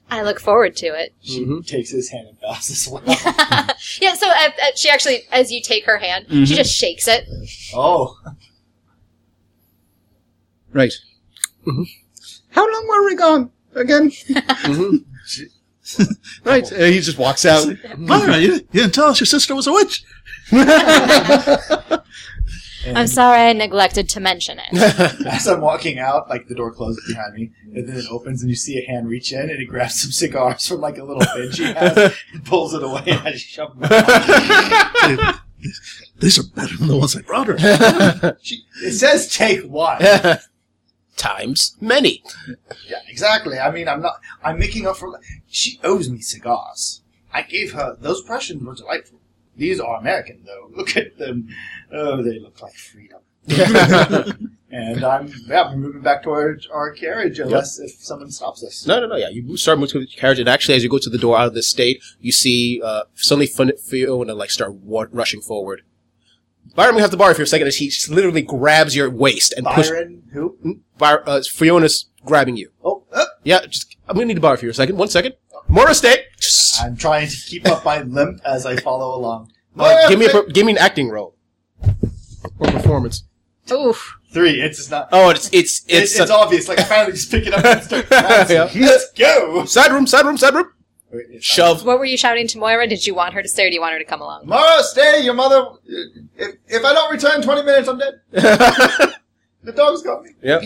I look forward to it.
She takes his hand and bows as well.
Yeah. So uh, uh, she actually, as you take her hand,
Mm-hmm.
she just shakes it.
oh,
Right.
Mm-hmm.
How long were we gone again?
Mm-hmm.
right. And he just walks out.
Myra, you, you didn't tell us your sister was a witch.
I'm sorry, I neglected to mention it.
as I'm walking out, like the door closes behind me, and then it opens, and you see a hand reach in, and he grabs some cigars from like a little bin she has, and pulls it away, and I shove them. out.
These are better than the ones I brought her.
She, it says take one.
Times many.
Yeah, exactly. I mean, I'm not. I'm making up for. She owes me cigars. I gave her those. Prussians were delightful. These are American, though. Look at them. Oh, they look like freedom. and I'm yeah, I'm moving back towards our carriage unless if someone stops us.
No, no, no. Yeah, you start moving to the carriage, and actually, as you go to the door out of this state, you see uh, suddenly Fun- Fiona like start wa- rushing forward. Byron, we have to borrow you for a second. As he just literally grabs your waist and pushes.
Byron, who?
Byron, uh, Fiona's grabbing you.
Oh, uh,
Yeah, just I'm going to need to borrow for you a second. One second. More mistake.
I'm trying to keep up my limp as I follow along.
Uh, give me a, per- give me an acting role or performance.
Oof.
Three. It's just not.
Oh, it's it's
It,
it's,
it's, obvious. Like I finally just pick it up and start. bouncing.
Yeah.
Let's go.
side room, side room, side room.
Wait, it's not-
Shove.
What were you shouting to Moira? Did you want her to stay or do you want her to come along?
Mara, stay. Your mother. If, if I don't return in 20 minutes, I'm dead. The dog's got me.
yep.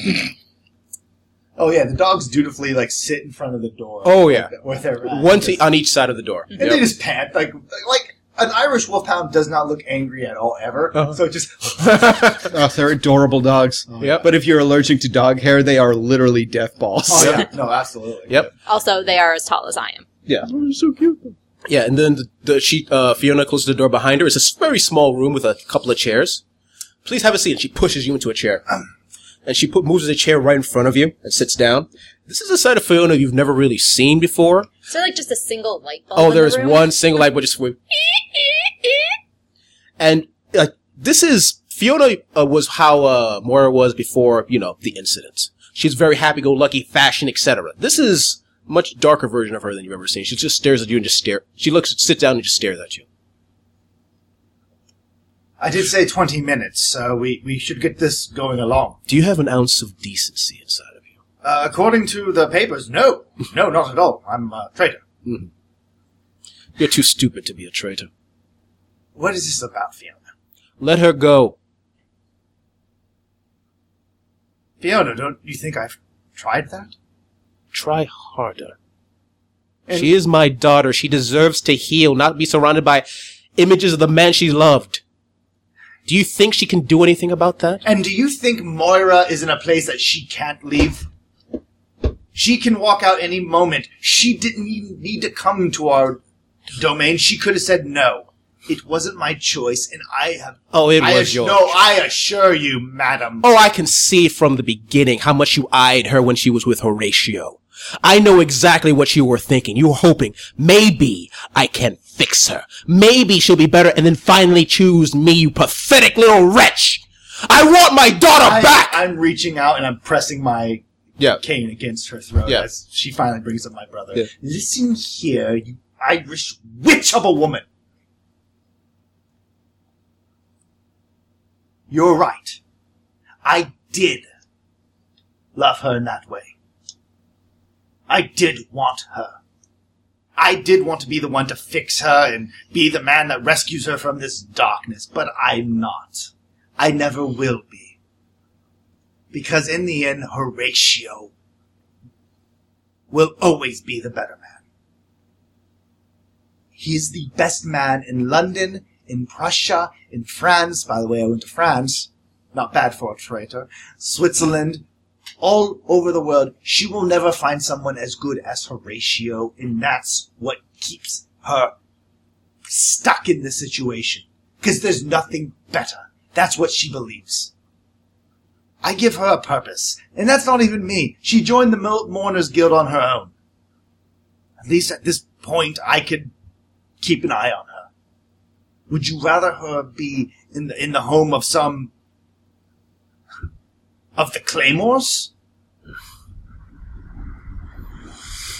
Oh yeah, the dogs dutifully like sit in front of the door.
Oh, yeah.
with their eyes.
One to, on each side of the door.
and they
Yep.
just pant like like an Irish wolfhound does not look angry at all ever.
Uh-huh.
So it just
Oh, they're adorable dogs.
Yep.
But if you're allergic to dog hair, they are literally death balls.
oh yeah, no, absolutely.
Yep.
Also, they are as tall as I am.
Yeah. They're so cute.
Yeah, and then the, the she uh, Fiona closes the door behind her. It's a s- very small room with a couple of chairs. Please have a seat. And she pushes you into a chair, and she put moves the chair right in front of you and sits down. This is a side of Fiona you've never really seen before.
Is there like just a single light bulb?
Oh,
in
there
the
is
room?
one single light, which is with, and uh, this is Fiona uh, was how uh, Moira was before you know the incident. She's very happy-go-lucky, fashion, etc. This is much darker version of her than you've ever seen. She just stares at you and just stare. She looks, sits down, and just stares at you.
I did say 20 minutes, so we we should get this going along.
Do you have an ounce of decency inside of you?
Uh, according to the papers, no, no, not at all. I'm a traitor.
You're too stupid to be a traitor.
What is this about, Fiona?
Let her go.
Fiona, don't you think I've tried that?
Try harder. she is my daughter. She deserves to heal, not be surrounded by images of the man she loved. Do you think she can do anything about that?
And do you think Moira is in a place that she can't leave? She can walk out any moment. She didn't even need to come to our domain. She could have said no. It wasn't my choice, and I have.
Oh, it
I
was
ass-
yours.
No, I assure you, madam.
Oh, I can see from the beginning how much you eyed her when she was with Horatio. I know exactly what you were thinking. You were hoping, maybe I can fix her. Maybe she'll be better and then finally choose me, you pathetic little wretch! I want my daughter
I,
back!
I'm reaching out and I'm pressing my
yeah.
cane against her throat
Yeah.
as she finally brings up my brother.
Yeah.
Listen here, you Irish witch of a woman. You're right. I did love her in that way. I did want her. I did want to be the one to fix her and be the man that rescues her from this darkness, but I'm not. I never will be. Because in the end, Horatio will always be the better man. He's the best man in London, in Prussia, in France. By the way, I went to France. Not bad for a traitor. Switzerland, all over the world. She will never find someone as good as Horatio, and that's what keeps her stuck in this situation. Because there's nothing better. That's what she believes. I give her a purpose. And that's not even me. She joined the Mil- Mourners Guild on her own. At least at this point, I could keep an eye on her. Would you rather her be in the, in the home of some. of the Claymores?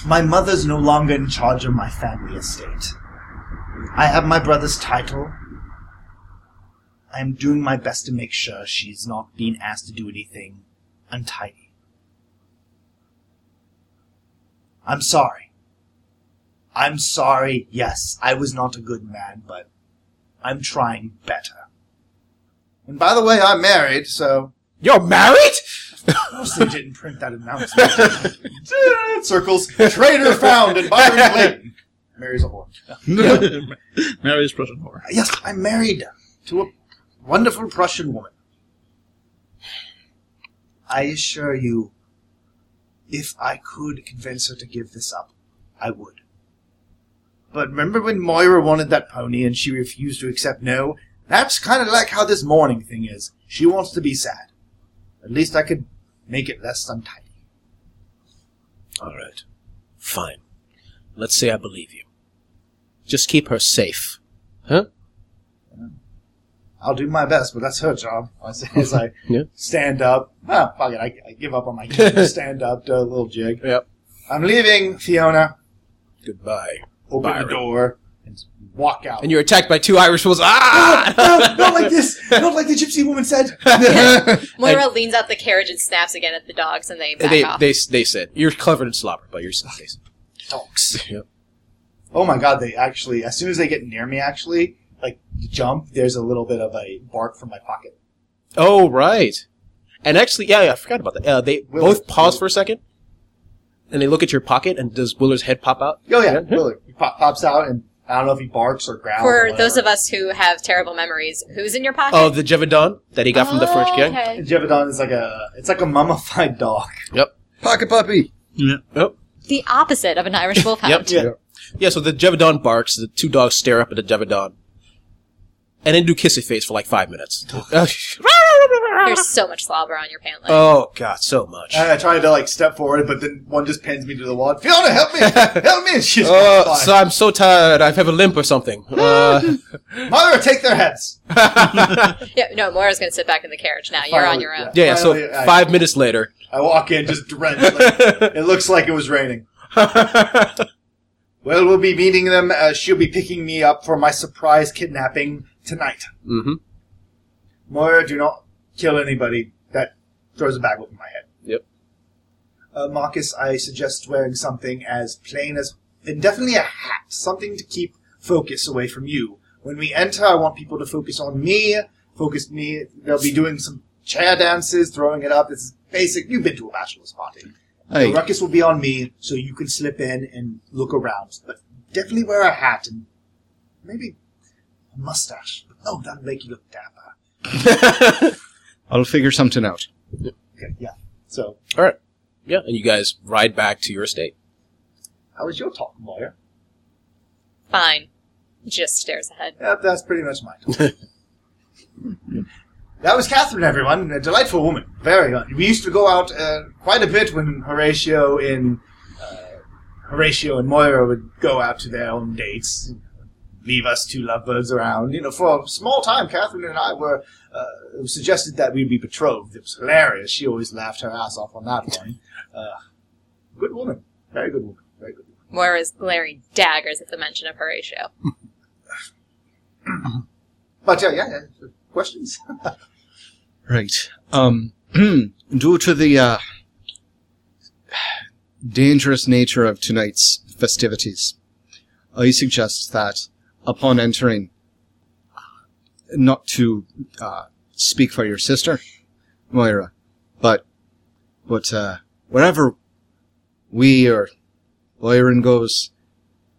My mother's no longer in charge of my family estate. I have my brother's title, I am doing my best to make sure she's not being asked to do anything untidy. I'm sorry. I'm sorry, yes, I was not a good man, but I'm trying better. And by the way, I'm married, so.
You're married?
Mostly didn't print that announcement. Circles. Traitor found in Byron Clayton. Marries a whore.
Mary's prison whore.
Yes, I'm married to a wonderful Prussian woman. I assure you, if I could convince her to give this up, I would. But remember when Moira wanted that pony and she refused to accept no? That's kind of like how this morning thing is. She wants to be sad. At least I could make it less untidy.
All right. Fine. Let's say I believe you. Just keep her safe. Huh?
I'll do my best, but that's her job. I say as I
Yeah.
stand up. Ah, fuck it. I, I give up on my game. stand up, do a little jig.
Yep.
I'm leaving, Fiona.
Goodbye.
Open
Byron.
the door and walk out.
And you're attacked by two Irish wolves. Ah!
no, not like this. Not like the gypsy woman said.
Moira leans out the carriage and snaps again at the dogs, and they back
they,
off.
they, they said, you're covered in slobber, but you're safe.
Dogs.
Yep.
Oh my god, they actually, as soon as they get near me, actually, like jump, there's a little bit of a bark from my pocket.
Oh, right. And actually, yeah, yeah, I forgot about that. Uh, they
Willard.
both pause for a second, and they look at your pocket, and does Willard's head pop out?
Oh yeah, Willard. He pop, pops out and I don't know if he barks or growls.
For those of us who have terrible memories, who's in your pocket?
Oh, the Jevedon that he got from the French gang.
Oh, okay.
Jevedon is like a, it's like a mummified dog.
Pocket puppy.
The opposite of an Irish wolfhound.
Yep.
Yeah.
Yeah, so the Jevedon barks, the two dogs stare up at the Jevedon, and then do kissy face for like five minutes.
There's so much slobber on your pant leg.
oh, God, so much.
And I tried to like step forward, but then one just pins me to the wall. Fiona, help me! help me! And she's
Uh,
fine.
so I'm so tired, I have a limp or something. Uh,
Mother, take their heads!
Yeah, no, Moira's going to sit back in the carriage now. You're on
Finally,
your own.
yeah, so
Finally, I-
five minutes later.
I walk in just drenched. Like, it looks like it was raining. Well, we'll be meeting them as she'll be picking me up for my surprise kidnapping tonight.
hmm
Moira, do not kill anybody. That throws a bag over my head.
Yep.
Uh, Marcus, I suggest wearing something as plain as, and definitely a hat, something to keep focus away from you. When we enter, I want people to focus on me, focus me. They'll be doing some chair dances, throwing it up. This is basic. You've been to a bachelor's party. The
Hey,
ruckus will be on me, so you can slip in and look around. But definitely wear a hat and maybe a mustache. No, that'll make you look dapper.
I'll figure something out.
Okay, yeah. So,
All right. Yeah, and you guys ride back to your estate.
how was your talk, Moira?
Fine. Just stares ahead.
Yep, that's pretty much my talk. that was Catherine, everyone. A delightful woman. Very good. We used to go out uh, quite a bit when Horatio and uh, Horatio and Moira would go out to their own dates, leave us two lovebirds around. You know, for a small time, Catherine and I were uh, it was suggested that we'd be betrothed. It was hilarious. She always laughed her ass off on that one. Uh, good woman. Very good woman. Very good. woman.
Moira's glaring daggers at the mention of Horatio.
But uh, yeah, yeah. Questions?
Right. Um, due to the uh, dangerous nature of tonight's festivities, I suggest that upon entering, not to uh, speak for your sister, Moira, but but uh, wherever we or Byron goes,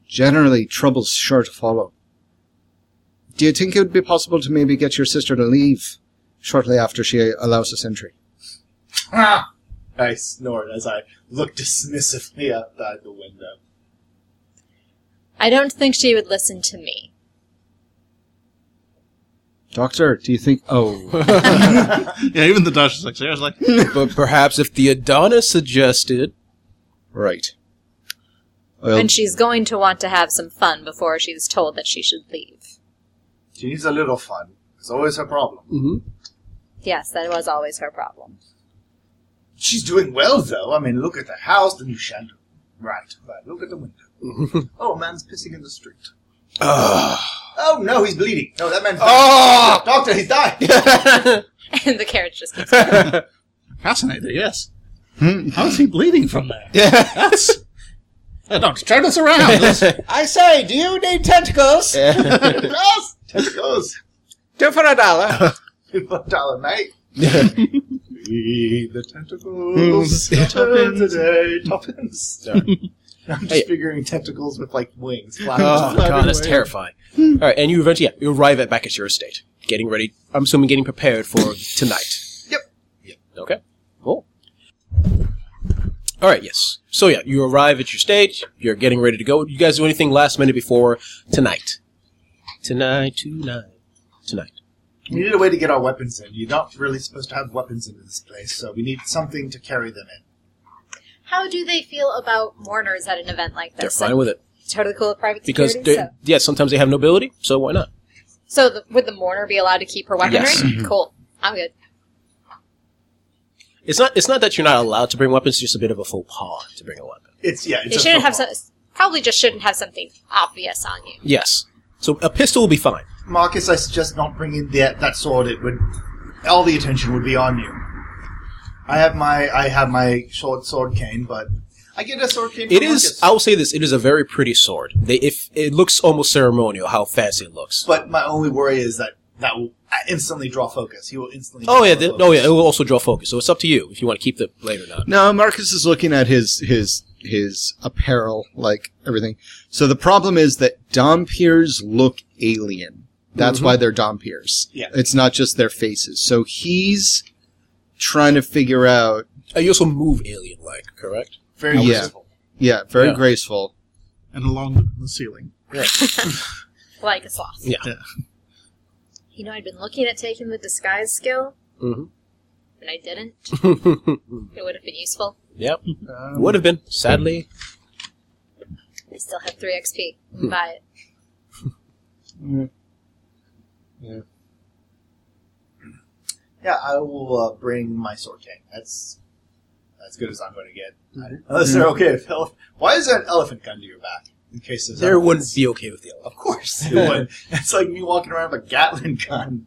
generally trouble's sure to follow. Do you think it would be possible to maybe get your sister to leave? shortly after she allows us entry.
I snored as I looked dismissively outside the window.
I don't think she would listen to me.
Doctor, do you think? Oh,
Yeah, even the Dutch is like, seriously, like,
but perhaps if the Adonis suggested,
right. Well,
And she's going to want to have some fun before she's told that she should leave.
She needs a little fun. It's always her problem.
Yes, that was always her problem.
She's doing well, though. I mean, look at the house, the new chandelier. Right, right. Look at the window. oh, a man's pissing in the street. oh, no, he's bleeding. No, that man's Oh! Doctor, he's dying.
And the carriage just keeps
fascinated, yes. How is he bleeding from there? Yeah. That's. Hey, Doctor, turn this around. This-
I say, do you need tentacles?
yes! Tentacles.
Two for a dollar.
One dollar, mate. Be the tentacles. Tuppence a day, tuppence. I'm just
Hey.
figuring tentacles with, like, wings. Flapping.
oh god, that's terrifying. All right, and you eventually yeah, you arrive at back at your estate, getting ready. I'm assuming getting prepared for tonight.
Yep.
Okay. Cool. All right. Yes. So yeah, you arrive at your estate. You're getting ready to go. You guys do anything last minute before tonight? Tonight, tonight, tonight.
We needed a way to get our weapons in. You're not really supposed to have weapons in this place, so we need something to carry them in.
How do they feel about mourners at an event like
They're
this?
fine with it
Totally cool with private
because
security.
they're- yeah, sometimes they have nobility, so why not?
so, so
Mm-hmm.
the, would the mourner be allowed to keep her weaponry?
Yes.
Cool. I'm good.
It's not. It's not that you're not allowed to bring weapons. It's just a bit of a faux pas to bring a weapon.
It's yeah. It's
You
a
shouldn't have
football.
some, probably just shouldn't have something obvious on you.
Yes. So a pistol will be fine.
Marcus, I suggest not bringing that that sword. It would all the attention would be on you. I have my I have my short sword cane, but I get a sword cane.
It
from
is.
Marcus.
I will say this. It is a very pretty sword. They, if it looks almost ceremonial, how fancy it looks.
but my only worry is that that will instantly draw focus. He will instantly.
Oh yeah.
draw
The,
focus.
oh yeah. It will also draw focus. So it's up to you if you want to keep the blade or not.
No, Marcus is looking at his his his apparel, like everything. So the problem is that Dompiers look alien. That's why they're Dompiers.
Yeah.
It's not just their faces. So he's trying to figure out.
Uh, you also move alien like, correct?
Very
Yeah.
visible.
Yeah, very
Yeah.
graceful.
and along the ceiling.
Like a sloth.
Yeah.
Yeah.
You know, I'd been looking at taking the disguise skill, and I didn't.
Mm-hmm.
It would have been useful.
yep.
Um,
Would have been. Sadly,
I still have three XP.
Hmm.
Buy it.
Yeah, I will uh, bring my sword cane. That's as good as I'm going to get. Unless they're okay with elef- Why is there an elephant gun to your back? In case there's
there wouldn't be okay with the
Of course, it would. It's like me walking around with a Gatlin gun.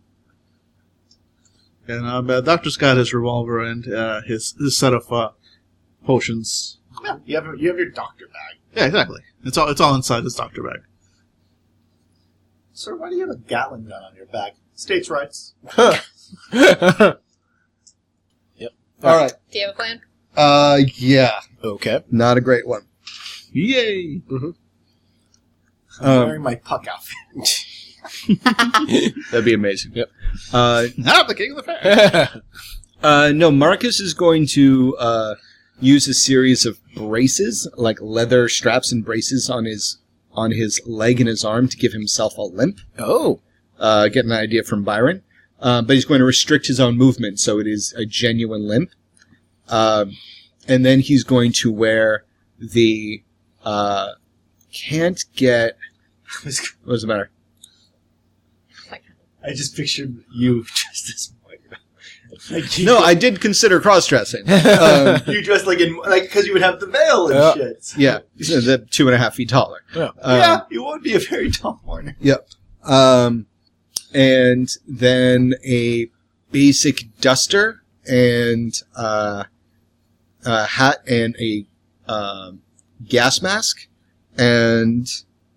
And um, uh, Doctor's got his revolver and uh, his, his set of uh, potions.
Yeah, you have you have your doctor bag,
Yeah, exactly. It's all it's all inside his doctor bag.
sir. Why do you have a Gatlin gun on your back? States' rights.
All right.
Do you have a plan?
Uh, yeah,
Okay.
not a great one. Mm-hmm.
Yay!
I'm
Um,
wearing my puck outfit.
That'd be amazing.
Yep.
Uh,
Now I'm the king of the fair.
Uh, no, Marcus is going to uh, use a series of braces, like leather straps and braces on his on his leg and his arm to give himself a limp.
oh.
Uh, get an idea from Byron, uh, but he's going to restrict his own movement, so it is a genuine limp. Um, and then he's going to wear the uh, can't get. What's the matter?
I just pictured you just this way. Like you,
No, I did consider cross dressing. Um,
you dressed like in like because you would have the veil and
Yeah.
shit.
yeah, so the two and a half feet taller.
Yeah.
Um,
yeah, you would be a very tall warner.
um, and then a basic duster and uh, a hat and a um, gas mask. And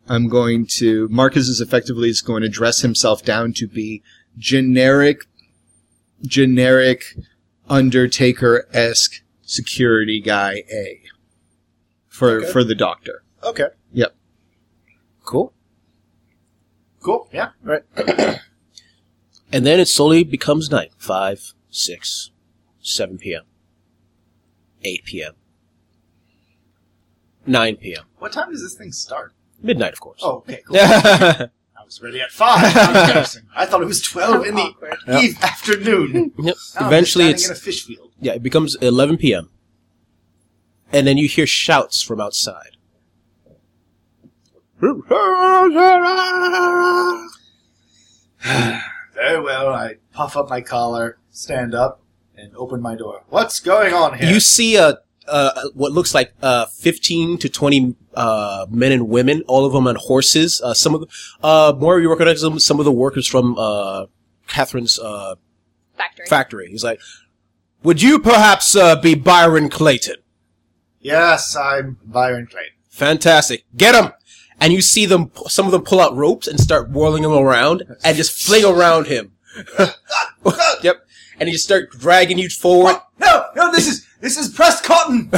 I'm going to Marcus is effectively is going to dress himself down to be generic, generic Undertaker esque security guy A for
Okay.
for the doctor.
Okay.
Yep.
Cool.
Cool. Yeah.
And then it slowly becomes night. 5, 6, 7 p.m., 8 p.m., 9 p.m.,
What time does this thing start?
midnight, of course.
Oh, okay. Cool.
Yeah.
I was ready at five. I thought it was twelve in the eve afternoon.
Yep.
Now I'm
Eventually,
Oh, standing
it's
in a fish field.
yeah, it becomes 11 p.m. And then you hear shouts from outside.
Very well. I puff up my collar, stand up, and open my door. What's going on here?
You see a, uh, what looks like uh, 15 to 20 uh, men and women, all of them on horses. Uh, some of the, uh, more you recognize them, some of the workers from uh, Catherine's uh,
Factory.
factory. He's like, "Would you perhaps uh, be Byron Clayton?"
yes, I'm Byron Clayton.
Fantastic. Get him. And you see them, some of them pull out ropes and start whirling him around and just fling around him. yep. And he just start dragging you forward,
Oh, No, no, this is this is pressed cotton.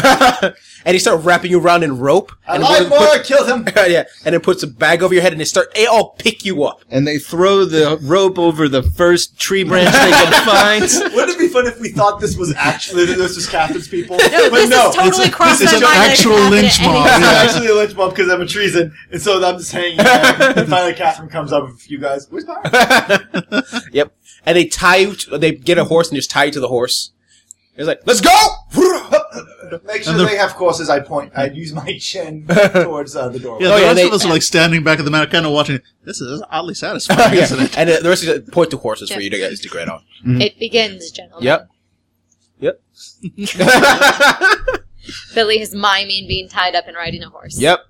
and he start wrapping you around in rope.
I
and
lied more.
one of
I
them
killed him.
put- yeah, and then puts a bag over your head, and they start. They all pick you up.
and they throw the rope over the first tree branch they can find.
Wouldn't it be fun if we thought this was actually that this was Catherine's people?
No,
but
this
no,
is totally crossed
is
my
an
mind. that it
actual
could happen at
lynch
any
mob.
time.
I'm actually a lynch mob because I'm a treason, and so I'm just hanging. There. And finally, Catherine comes up with you guys. Where's Byron?
Yep. And they tie you. To, they get a horse and just tie you to the horse. It's like, let's go.
Make sure
the-
they have courses. I point. I use my chin towards uh, the doorway.
Yeah,
Oh,
the
yeah,
rest
they-
of us are like standing back at the mountain, kind of watching. This is oddly
Oh,
satisfying,
yeah.
isn't it?
And uh, the rest of the point to horses for you to guys to grade on.
It begins, gentlemen.
Yep. Yep.
Billy is miming being tied up and riding a horse.
yep.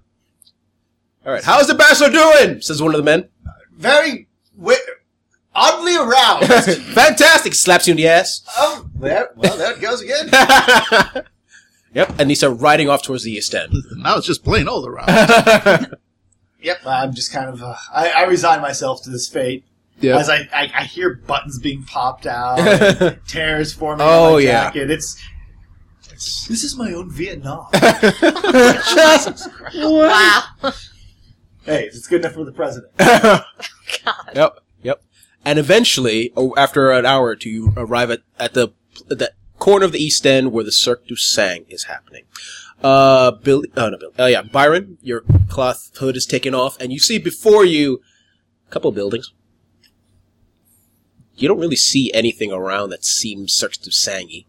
All right. How's the bachelor doing? Says one of the men.
Very wi- oddly aroused.
Fantastic. Slaps you in the ass.
oh, there, well, there it goes again.
yep. And they start riding off towards the east end.
Now it's just plain old around.
Yep, I'm just kind of. Uh, I, I resign myself to this fate.
Yeah.
As I, I, I hear buttons being popped out, and tears forming
Oh,
on my
yeah.
jacket. It's, it's this is my own Vietnam.
Wow.
hey, it's good enough for the president.
Yep, yep. And eventually, oh, after an hour or two, you arrive at, at the at the corner of the East End where the Cirque du Sang is happening. Uh, Billy, oh no, Billy, oh yeah, Byron, your cloth hood is taken off, and you see before you a couple buildings. You don't really see anything around that seems Cirque du Sangy.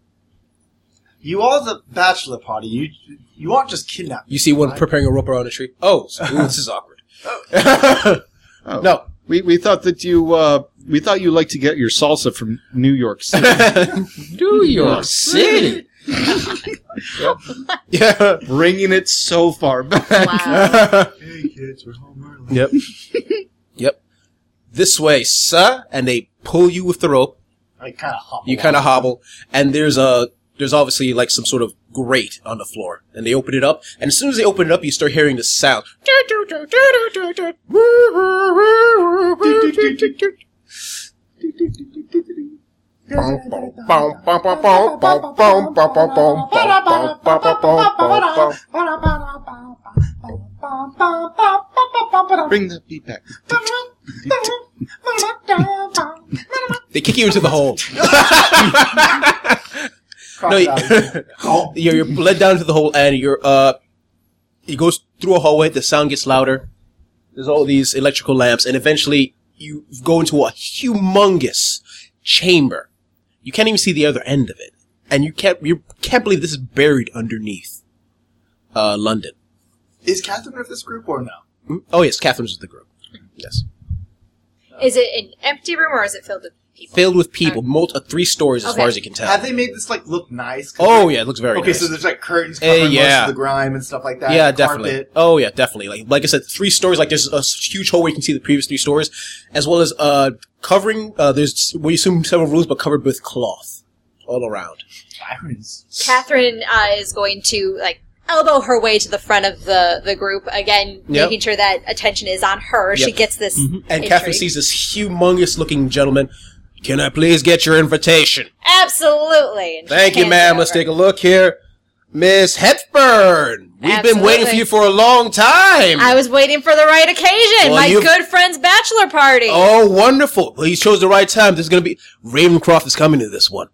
You are the bachelor party. You you aren't just kidnapped.
You see one preparing a rope around a tree. Oh, so- ooh, this is awkward.
Oh.
no,
We, we thought that you uh, we thought you like to get your salsa from New York City.
New York City. yeah.
bringing it so far back.
Wow.
Hey kids, we're home early.
Yep. yep. This way, sir, and they pull you with the rope.
I kind of hop.
You kind of hobble, and there's a there's obviously like some sort of grate on the floor, and they open it up, and as soon as they open it up, you start hearing the sound.
Bring that beat back.
They kick you into the hole. no, you- you're, you're led down to the hole, and you're uh, it goes through a hallway. The sound gets louder. There's all these electrical lamps, and eventually you go into a humongous chamber. You can't even see the other end of it, and you can't you can't believe this is buried underneath uh, London.
Is Catherine of this group or no?
Hmm? Oh yes, Catherine's with the group. Yes,
Is it an empty room or is it filled with people?
filled with people, mul- uh, three stories as
Okay.
far as you can tell.
Have they made this like look nice? 'Cause,
Oh
like,
yeah, it looks very
Okay,
nice.
so there's like curtains
Eh,
covering most
yeah.
of the grime and stuff like that.
yeah,
and
definitely.
carpet.
Oh yeah, definitely. Like like I said, three stories. Like there's a s- huge hole where you can see the previous three stories, as well as uh covering. Uh, there's we assume several rooms, but covered with cloth all around.
Byron's.
Catherine uh, is going to like elbow her way to the front of the the group again,
Yep.
making sure that attention is on her. She
Yep.
gets this,
Mm-hmm. And
Intrigue.
Catherine sees this humongous looking gentleman. Can I please get your invitation?
absolutely. And she
Thank you,
hands
ma'am.
it
Let's
over.
take a look here. Miss Hepburn, we've been waiting for
Absolutely.
you for a long time.
I was waiting for the right occasion.
Well,
my
you-
good friend's bachelor party.
oh, wonderful! Well, you chose the right time. There's going to be Ravencroft is coming to this one.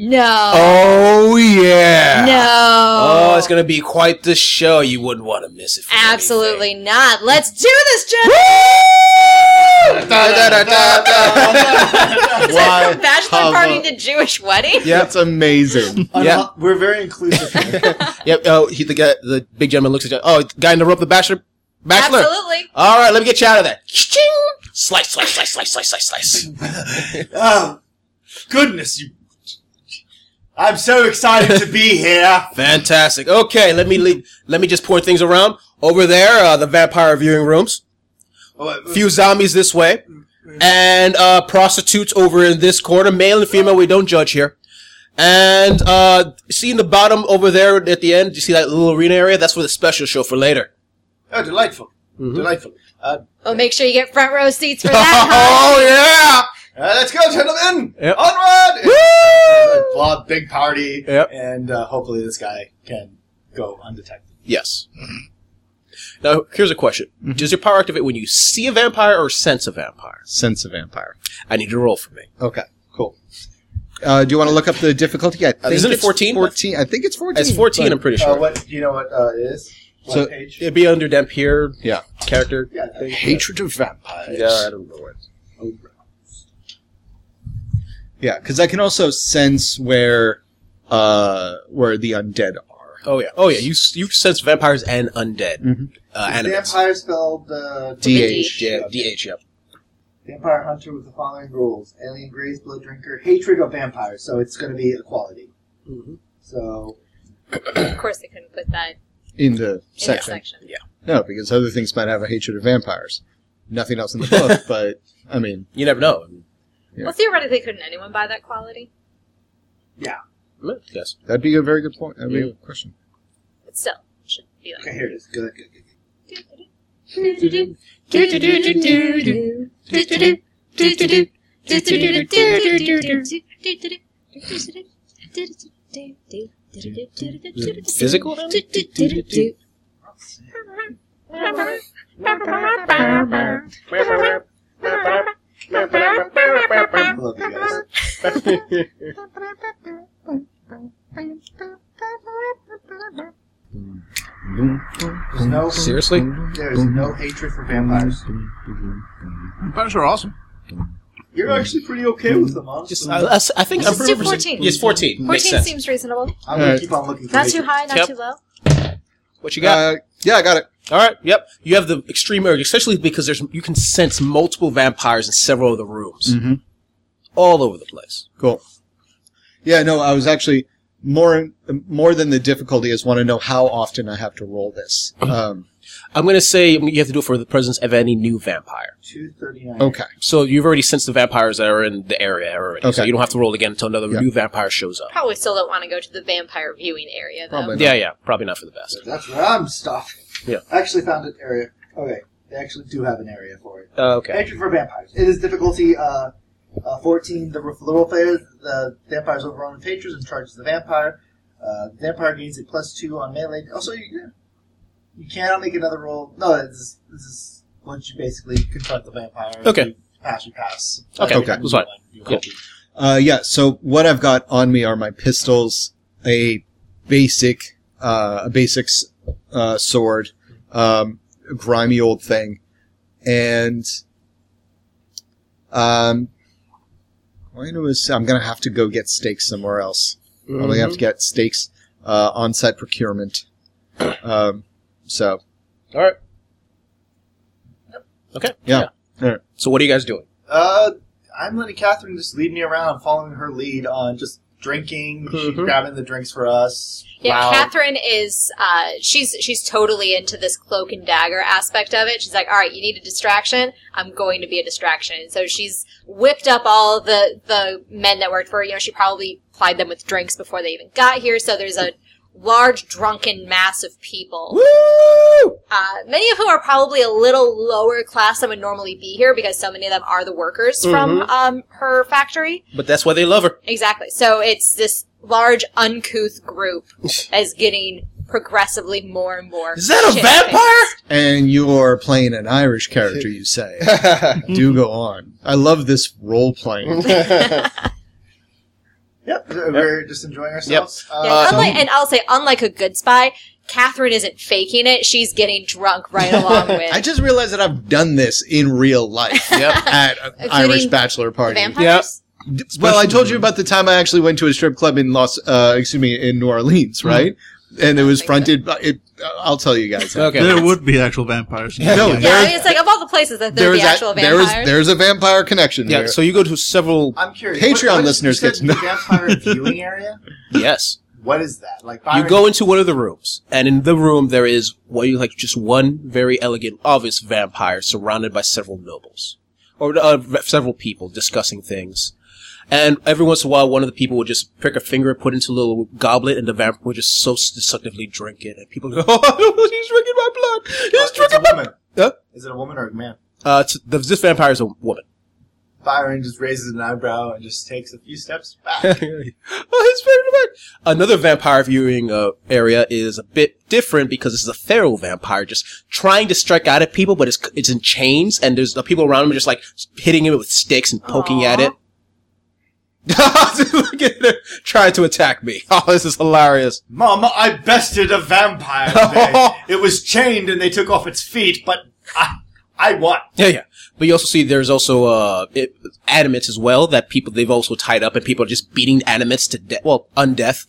No.
Oh yeah.
No.
Oh, it's gonna be quite the show. You wouldn't want to miss it. For
Absolutely not. Let's do this, Jeff.
Why?
From bachelor
Hava-
party to Jewish wedding.
Yeah, it's amazing.
Unho-
Yeah.
We're very inclusive. here.
anything. Yep. Oh, he, the guy, the big gentleman looks at you. Oh, guy in the rope, the bachelor, bachelor.
Absolutely.
All right, let me get you out of there. Ching! Slice, slice, slice, slice, slice, slice, slice.
oh, goodness, you! I'm so excited to be here.
Fantastic. Okay, let me leave. let me just point things around over there. Uh, the vampire viewing rooms.
Oh, uh,
Few zombies this way, and uh, prostitutes over in this corner. Male and female, we don't judge here. And uh, see in the bottom over there at the end. You see that little arena area? That's for the special show for later.
Oh, delightful,
Mm-hmm.
delightful. Uh,
Well, Oh, make sure you get front row seats for that.
Oh yeah!
uh, let's go, gentlemen.
Yep.
Onward!
Woo!
Blah, big party,
Yep.
and uh, hopefully this guy can go undetected.
Yes. Now here's a question: Does your power activate when you see a vampire or sense a vampire?
Sense of vampire.
I need you to roll for me.
Okay, cool. Uh, do you want to look up the difficulty? I think
Isn't it
it's
14?
14. I think it's 14.
It's 14, I'm pretty sure.
Uh, what do you know? What uh, it is? What
So-
page?
It'd be under Demp here.
Yeah.
Character.
Yeah,
thing.
Hatred of vampires.
Yeah, I don't know what.
Yeah, because I can also sense where uh, where the undead are.
Oh yeah. Oh yeah. You s- you sense vampires and undead
Mhm.
uh, animals.
Vampire spelled uh,
DH.
Yeah. DH. Yep.
Vampire hunter with the following rules: alien, graze, blood drinker, hatred of vampires. So it's going to be equality.
Mm-hmm.
So
Of course, they couldn't put that in
in the
that
section.
section. Yeah.
No, because other things might have a hatred of vampires. Nothing else in the book, but I mean,
You never know.
Yeah.
Well, theoretically, couldn't anyone buy that quality?
Yes.
that'd be a very good point. That'd be a good question.
But still, it should be like.
okay, here it is. Good, good, good.
Physical? then?
I love you guys. There's no
Seriously?
There is no hatred for vampires.
Vampires are awesome.
You're actually pretty okay with them, honestly.
Just, I, I- I think I'm
Just do
100%
14.
Yes, 14. Makes
14
sense.
seems reasonable.
I'm gonna
Alright.
keep on looking. For
Not too
hatred.
high, not
Yep.
too low.
what you got?
Uh, yeah, I got it.
All right. Yep. You have the extreme urge, especially because there's you can sense multiple vampires in several of the rooms,
Mhm.
all over the place.
Cool. Yeah, no, I was actually more more than the difficulty is want to know how often I have to roll this. Um,
I'm going to say you have to do it for the presence of any new vampire.
Two thirty-nine.
okay,
So you've already sensed the vampires that are in the area already. So
Okay.
you don't have to roll again until another
Yeah.
new vampire shows up.
Probably still don't want to go to the vampire viewing area, though.
probably.
Yeah,
Not.
yeah. Probably not for the best.
That's where I'm stopping.
Yeah.
I actually found an area. Okay, they actually do have an area for it.
Uh, okay.
Hatred for vampires. It is difficulty uh, uh, 14. The, the role player, the vampire's overrun with hatred and charges the vampire. Uh, the vampire gains a plus 2 on melee. Also, you, yeah. you cannot make another roll. No, this is, this is once you basically confront the vampire.
Okay.
You pass, you pass.
Okay,
Okay.
that's fine.
You
Cool.
Uh, yeah. So what I've got on me are my pistols, a basic, uh, a basic s- uh, sword, um, a grimy old thing, and um, I'm gonna ass- I'm gonna have to go get steaks somewhere else. Probably
Mm-hmm.
have to get steaks uh, on-site procurement. um, so
All right. Okay.
Yeah. All right.
So what are you guys doing?
Uh, I'm letting Catherine just lead me around, following her lead on just drinking, she's
Mhm.
grabbing the drinks for us.
Yeah,
Wow.
Catherine is uh, she's she's totally into this cloak and dagger aspect of it. She's like, all right, you need a distraction. I'm going to be a distraction. So she's whipped up all the the men that worked for her. You know, she probably plied them with drinks before they even got here. So there's a large drunken mass of people. Uh, many of whom are probably a little lower class than would normally be here because so many of them are the workers from um, her factory.
But that's why they love her.
Exactly. So it's this large uncouth group that is getting progressively more and more.
Is that a
shit-faced.
vampire?
and you're playing an Irish character, you say. Do go on. I love this role playing.
Yep, we're just enjoying ourselves. Uh,
Yeah, unlike,
um,
and I'll say, unlike a good spy, Catherine isn't faking it. She's getting drunk right along with
I just realized that I've done this in real life at an
Including
Irish bachelor
the
party.
vampires.
D- Well, I told you about the time I actually went to a strip club in Los, uh, excuse me, in New Orleans,
Hmm.
right? And it was fronted. by It, uh, I'll tell you guys. that.
Okay.
There would be actual vampires.
No,
Yeah, I mean, it's like of all the places that they're
There
the
is a-
actual
there is
vampires.
there's a vampire connection
Yeah.
there.
So you go to several.
I'm curious.
Patreon
you
listeners
said
get to know.
vampire viewing area.
yes.
What is that? Like
You
Byron-
go into one of the rooms, and in the room there is what you like just one very elegant, obvious vampire surrounded by several nobles or uh, v- several people discussing things. And every once in a while, one of the people would just pick a finger, put into a little goblet, and the vampire would just so destructively drink it. And people go, "Oh, he's drinking my blood!
Uh,
He's
it's
drinking
a
my."
woman.
Huh?
Is it a woman or a man?
Uh, t- the, this vampire is a woman.
Byron just raises an eyebrow and just takes a few steps back.
oh, his favorite vampire. Another vampire viewing uh, area is a bit different because this is a feral vampire just trying to strike out at people, but it's it's in chains, and there's the people around him just like hitting him with sticks and poking at it. Look at her trying to attack me. Oh, this is hilarious.
Mama, I bested a vampire today. it was chained and they took off its feet, but I, I won.
Yeah, yeah. But you also see there's also uh it, animates as well that people they've also tied up and people are just beating animates to death. Well, undeath.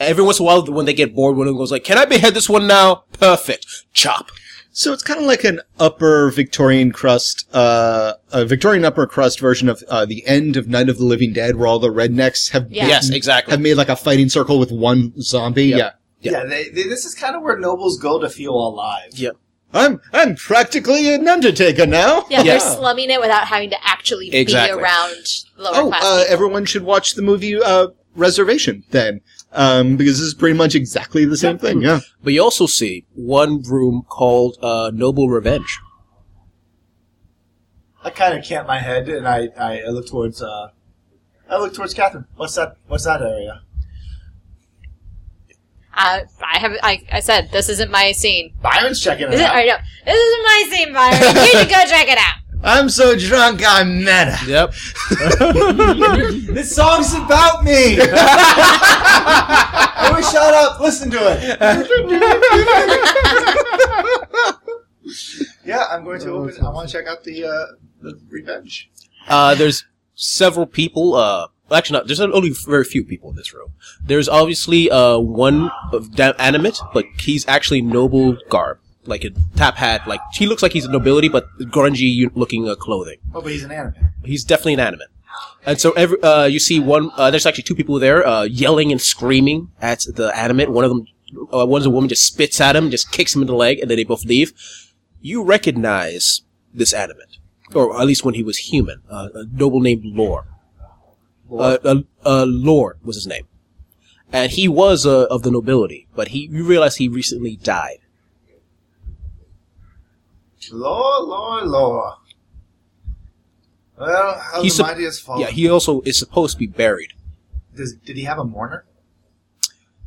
Every once in a while, when they get bored, one of them goes like, "Can I behead this one now?" Perfect. Chop.
So it's kind of like an upper Victorian crust, uh, a Victorian upper crust version of uh, the end of Night of the Living Dead, where all the rednecks have
Yeah.
Yes, exactly.
have made like a fighting circle with one zombie. Yeah,
Yeah.
Yeah, they, they, this is kind of where nobles go to feel alive.
Yeah.
I'm I'm practically an undertaker now.
Yeah,
Yeah.
they're slumming it without having to actually
Exactly.
be around lower
Oh,
class.
uh,
people.
everyone should watch the movie uh, Reservation then, um, because this is pretty much exactly the same thing. Yeah.
But you also see one room called uh, Noble Revenge.
I kind of camped my head and I, I, I look towards uh, I look towards Catherine. What's that? What's that area?
Uh, I have. I, I said this isn't my scene.
Byron's checking it
This is,
Uh-huh.
out.
I know this isn't my scene, Byron. You need to go check it out.
I'm so drunk I'm mad.
Yep.
This song's about me. Everyone, shut up. Listen to it. yeah, I'm going to
Oh,
open. I want to check out the uh, the revenge.
Uh, there's several people. Uh, well, actually, not. There's only very few people in this room. There's obviously uh, one of da- animate, but he's actually noble garb, like a top hat. Like he looks like he's a nobility, but grungy-looking uh, clothing.
Oh, but he's an anime.
He's definitely an animate. And so every uh, you see one. Uh, there's actually two people there uh, yelling and screaming at the animate. One of them, uh, one's a woman, just spits at him, just kicks him in the leg, and then they both leave. You recognize this animate, or at least when he was human, uh, a noble named Lore. Uh, uh, uh, Lord was his name, and he was uh, of the nobility, but he you realize he recently died.
Law, law, law. Well, how
He's
the
sup-
mighty has
Oh.
fallen.
Yeah, he also is supposed to be buried.
Does, did he have a mourner?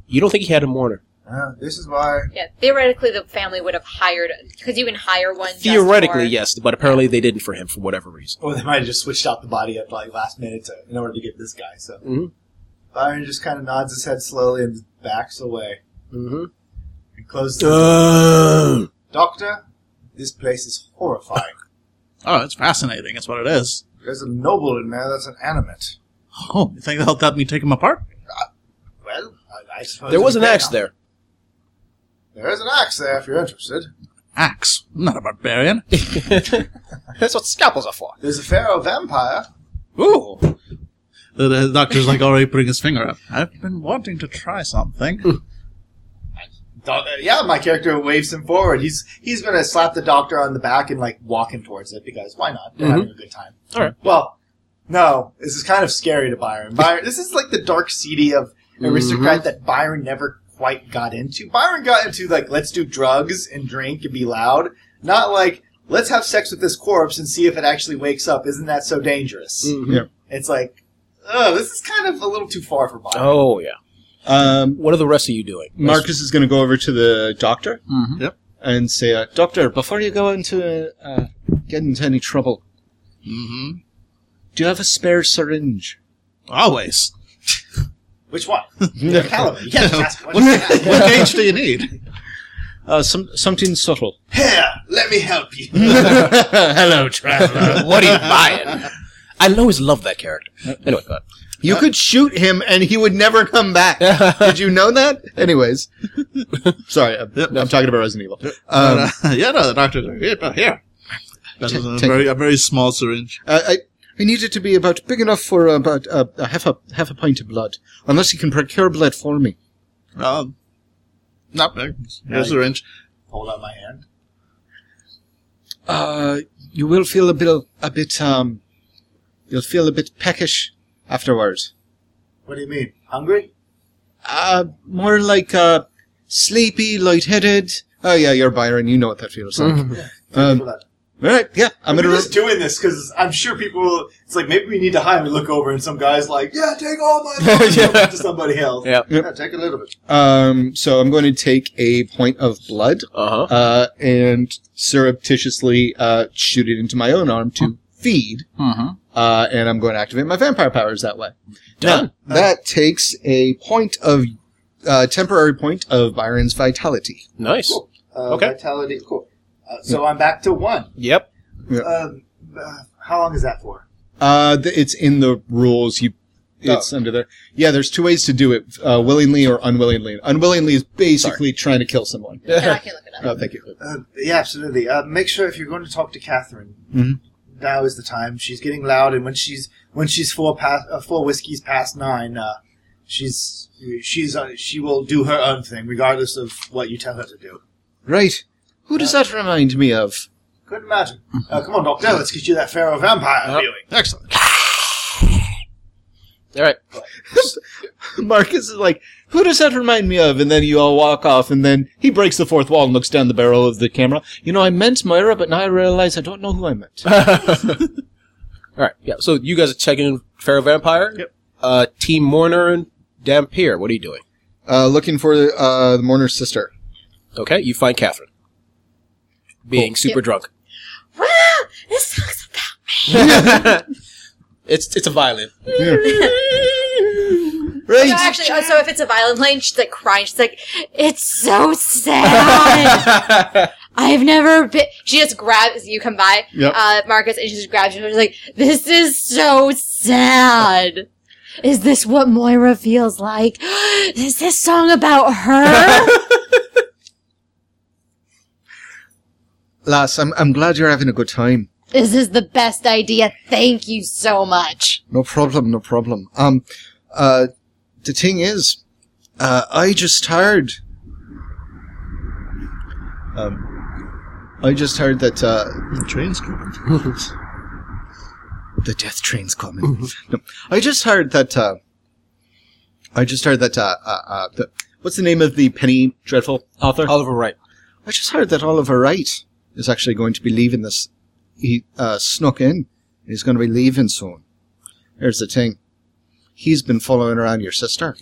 You don't think he had a mourner?
Uh, this is why
yeah, theoretically, the family would have hired because you can hire one. just
Theoretically,
for-
yes, but apparently they didn't for him for whatever reason.
Or they might have just switched out the body at like last minute to, in order to get this guy. So
Mhm.
Byron just kind of nods his head slowly and backs away
Mm-hmm.
and closes. the-
Uh.
Doctor, this place is horrifying.
Oh, it's fascinating. That's what it is.
There's a noble in there that's an animate.
Oh, you think that'll help me take him apart?
Well, I, I suppose
there
we
was an
can
axe
now.
there.
There is an axe there if you're interested.
Axe. I'm not a barbarian.
That's what scalpels are for.
There's a pharaoh vampire.
Ooh. The, the doctor's like already putting his finger up. I've been wanting to try something.
Do- uh, yeah, my character waves him forward. He's he's gonna slap the doctor on the back and like walk him towards it because why not? They're having a good time.
Mm-hmm. All right.
Well, no, this is kind of scary to Byron. Byron, this is like the dark seedy of
Mm-hmm.
aristocrat that Byron never quite got into. Byron got into like let's do drugs and drink and be loud, not like let's have sex with this corpse and see if it actually wakes up. Isn't that so dangerous?
Mm-hmm.
Yeah.
It's like, oh, this is kind of a little too far for Byron.
Oh yeah.
Um,
What are the rest of you doing?
Marcus is going to go over to the doctor
Mhm.
Yep.
and say, uh, "Doctor, before you go into uh, uh, get into any trouble,
hmm
Mm-hmm. do you have a spare syringe?"
Always.
Which one? Caliban. You can't just ask one.
What gauge do you need?
Uh, some something subtle.
Here, let me help you.
Hmm.
Hello, traveler.
what are you buying? I always loved that character. Anyway, go
You could shoot him and he would never come back. Did you know that? Anyways, sorry, I'm,
Yep.
I'm talking about Resident Evil. Um,
But, uh, yeah, no, the doctor's like, here, but here. That is a
Take-
very, a very small syringe.
Uh, I, I I need it to be about big enough for about uh, a half a half a pint of blood, unless you can procure blood for me.
Um, not big. Here's a syringe.
Hold out my hand.
Uh, you will feel a bit a bit um, you'll feel a bit peckish afterwards.
What do you mean? Hungry?
Uh, more like uh, sleepy, lightheaded. Oh yeah, you're Byron. You know what that feels like. Um,
Blood.
all right, yeah, I'm
We're
gonna.
just doing this because I'm sure people. will- It's like maybe we need to hide. We look over and some guy's like, "Yeah, take all my money and give it to somebody else."
Yeah.
yeah, take a little bit.
Um, so I'm going to take a point of blood
Uh huh.
uh, and surreptitiously uh, shoot it into my own arm to feed.
Mhm.
Uh, and I'm going to activate my vampire powers that way.
Done.
Now, that takes a point of uh, temporary point of Byron's vitality.
Nice.
Cool. Uh,
Okay.
Vitality. Cool. Uh, so I'm back to one.
Yep.
Um, uh, how long is that for?
Uh, th- it's in the rules. You, It's under there. Yeah, there's two ways to do it: uh, willingly or unwillingly. Unwillingly is basically trying to kill someone.
Yeah, I can look it up.
Oh, thank you.
Uh, yeah, absolutely. Uh, make sure if you're going to talk to Catherine,
Mm-hmm.
now is the time. She's getting loud, and when she's when she's four past uh, four whiskeys past nine, uh, she's she's uh, she will do her own thing, regardless of what you tell her to do.
Right. Who does that remind me of?
Couldn't imagine.
Mm-hmm.
Uh, come on, Doctor. Let's get you that Pharaoh vampire viewing.
Excellent.
All right.
Marcus is like, who does that remind me of? And then you all walk off, and then he breaks the fourth wall and looks down the barrel of the camera. You know, I meant Moira, but now I realize I don't know who I meant.
All right. Yeah. So you guys are checking in Pharaoh Vampire. Yep. Uh, Team Mourner and Dampier. What are you doing?
Uh, looking for uh, the mourner's sister.
Okay. You find Catherine being super drunk.
Wow, this song's about
It's it's a violin.
Right.
No, actually, oh, so if it's a violin playing, she's like crying. She's like, "It's so sad. I've never been." She just grabs you. Come by,
Yep.
uh, Marcus, and she just grabs you. And she's like, "This is so sad. Is this what Moira feels like? Is this song about her?"
Lass, I'm, I'm glad you're having a good time.
This is the best idea. Thank you so much.
No problem, no problem. Um, uh, the thing is, uh, I just heard, um, I just heard that, uh,
The train's coming.
the death train's coming. no, I just heard that, uh, I just heard that, uh, uh, uh the, what's the name of the Penny Dreadful author?
Oliver Wright.
I just heard that Oliver Wright is actually going to be leaving this. He uh, snuck in. He's going to be leaving soon. Here's the thing. He's been following around your sister.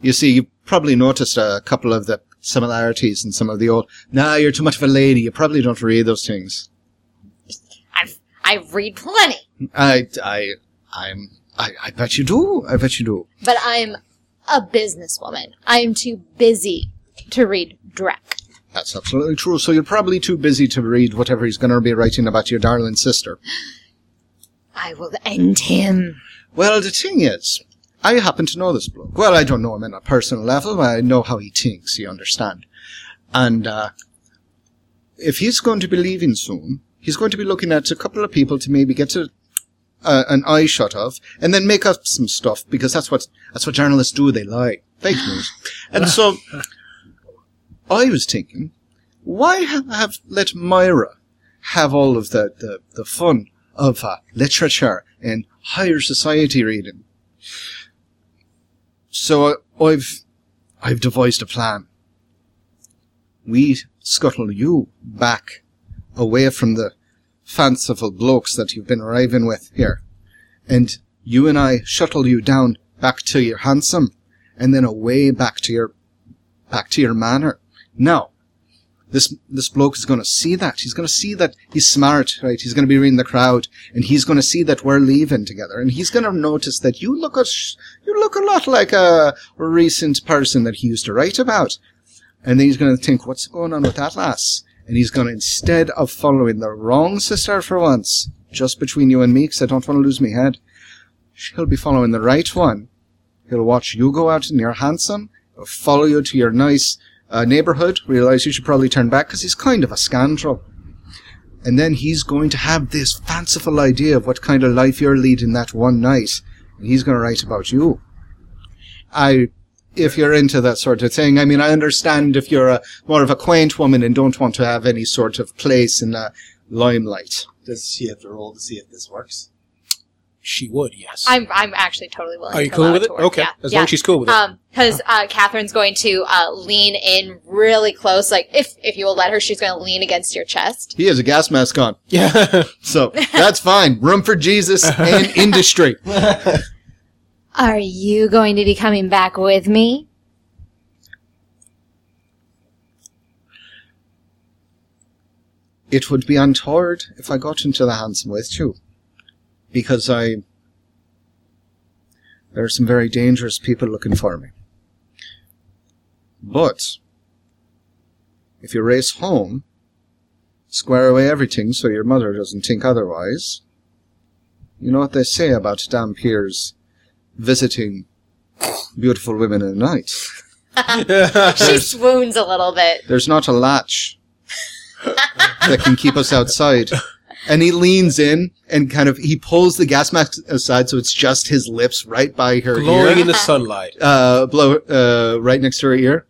You see, you probably noticed a couple of the similarities in some of the old. Nah, you're too much of a lady. You probably don't read those things.
I've I read plenty,
I, I, I'm, I, I bet you do. I bet you do.
but I'm a businesswoman. I'm too busy to read Drek.
That's absolutely true. So you're probably too busy to read whatever he's going to be writing about your darling sister.
I will
Mm-hmm.
end him.
Well, the thing is, I happen to know this bloke. Well, I don't know him on a personal level, but I know how he thinks, you understand. And, uh, if he's going to be leaving soon, he's going to be looking at a couple of people to maybe get a, uh, an eye shot of, and then make up some stuff, because that's what, that's what journalists do, they lie. Fake news. And so, I was thinking, why ha- have let Myra have all of the, the, the fun of uh, literature and higher society reading. So I, I've I've devised a plan. We scuttle you back away from the fanciful blokes that you've been arriving with here, and you and I shuttle you down back to your handsome, and then away back to your back to your manor. Now, this this bloke is going to see that. He's going to see that he's smart, right? He's going to be reading the crowd, and he's going to see that we're leaving together, and he's going to notice that you look a sh- you look a lot like a recent person that he used to write about, and then he's going to think, what's going on with that lass? And he's going to instead of following the wrong sister for once, just between you and me, 'cause I don't want to lose my head, she'll be following the right one. He'll watch you go out in your handsome, he'll follow you to your nice uh, neighborhood, realize you should probably turn back because he's kind of a scoundrel. And then he's going to have this fanciful idea of what kind of life you're leading that one night, and he's going to write about you. I, if you're into that sort of thing, I mean, I understand if you're a more of a quaint woman and don't want to have any sort of place in the limelight.
Does she have to roll to see if this works?
She would. Yes.
I'm I'm actually totally willing.
are you
to
cool
allow
with it?
to work.
Okay.
Yeah.
As
yeah.
long as she's cool with it.
because uh, Catherine's going to uh, lean in really close. Like if if you will let her, she's going to lean against your chest.
He has a gas mask on,
yeah.
so that's fine. Room for Jesus and industry.
Are you going to be coming back with me?
it would be untoward if I got into the hansom with you. Because I. There are some very dangerous people looking for me. But. If you race home, square away everything so your mother doesn't think otherwise. You know what they say about dampiers
visiting beautiful women at night.
she swoons a little bit.
There's not a latch that can keep us outside. And he leans in and kind of he pulls the gas mask aside so it's just his lips right by her
glowing
ear,
in the sunlight.
uh, blow uh, right next to her ear.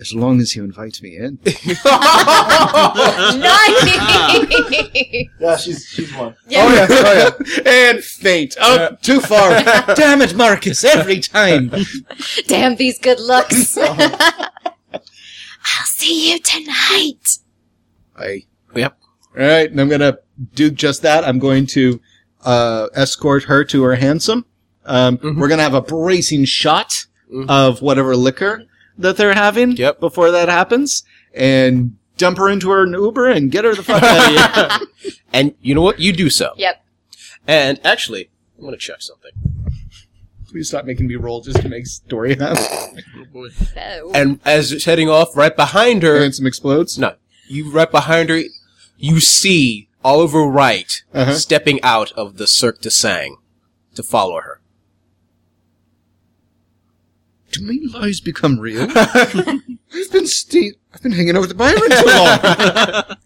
As long as you invite me in,
Nice.
Yeah, she's she's one.
yeah.
oh yeah, and faint. Oh, too far. Damn it, Marcus! Every time.
Damn these good looks. I'll see you tonight.
I.
Yep.
All right, and I'm gonna do just that. I'm going to uh, escort her to her hansom. Um, We're gonna have a bracing shot of whatever liquor that they're having
Yep.
before that happens, and dump her into her Uber and get her the fuck out of here.
And you know what? You do so.
Yep.
And actually, I'm gonna check something.
Please stop making me roll just to make story happen.
So,
And as it's heading off, right behind her,
Ransom explodes.
no, you right behind her, you see Oliver Wright
Uh-huh.
stepping out of the Cirque du Sang to follow her.
Do my lies become real? I've been ste- I've been hanging out with the Byron too long.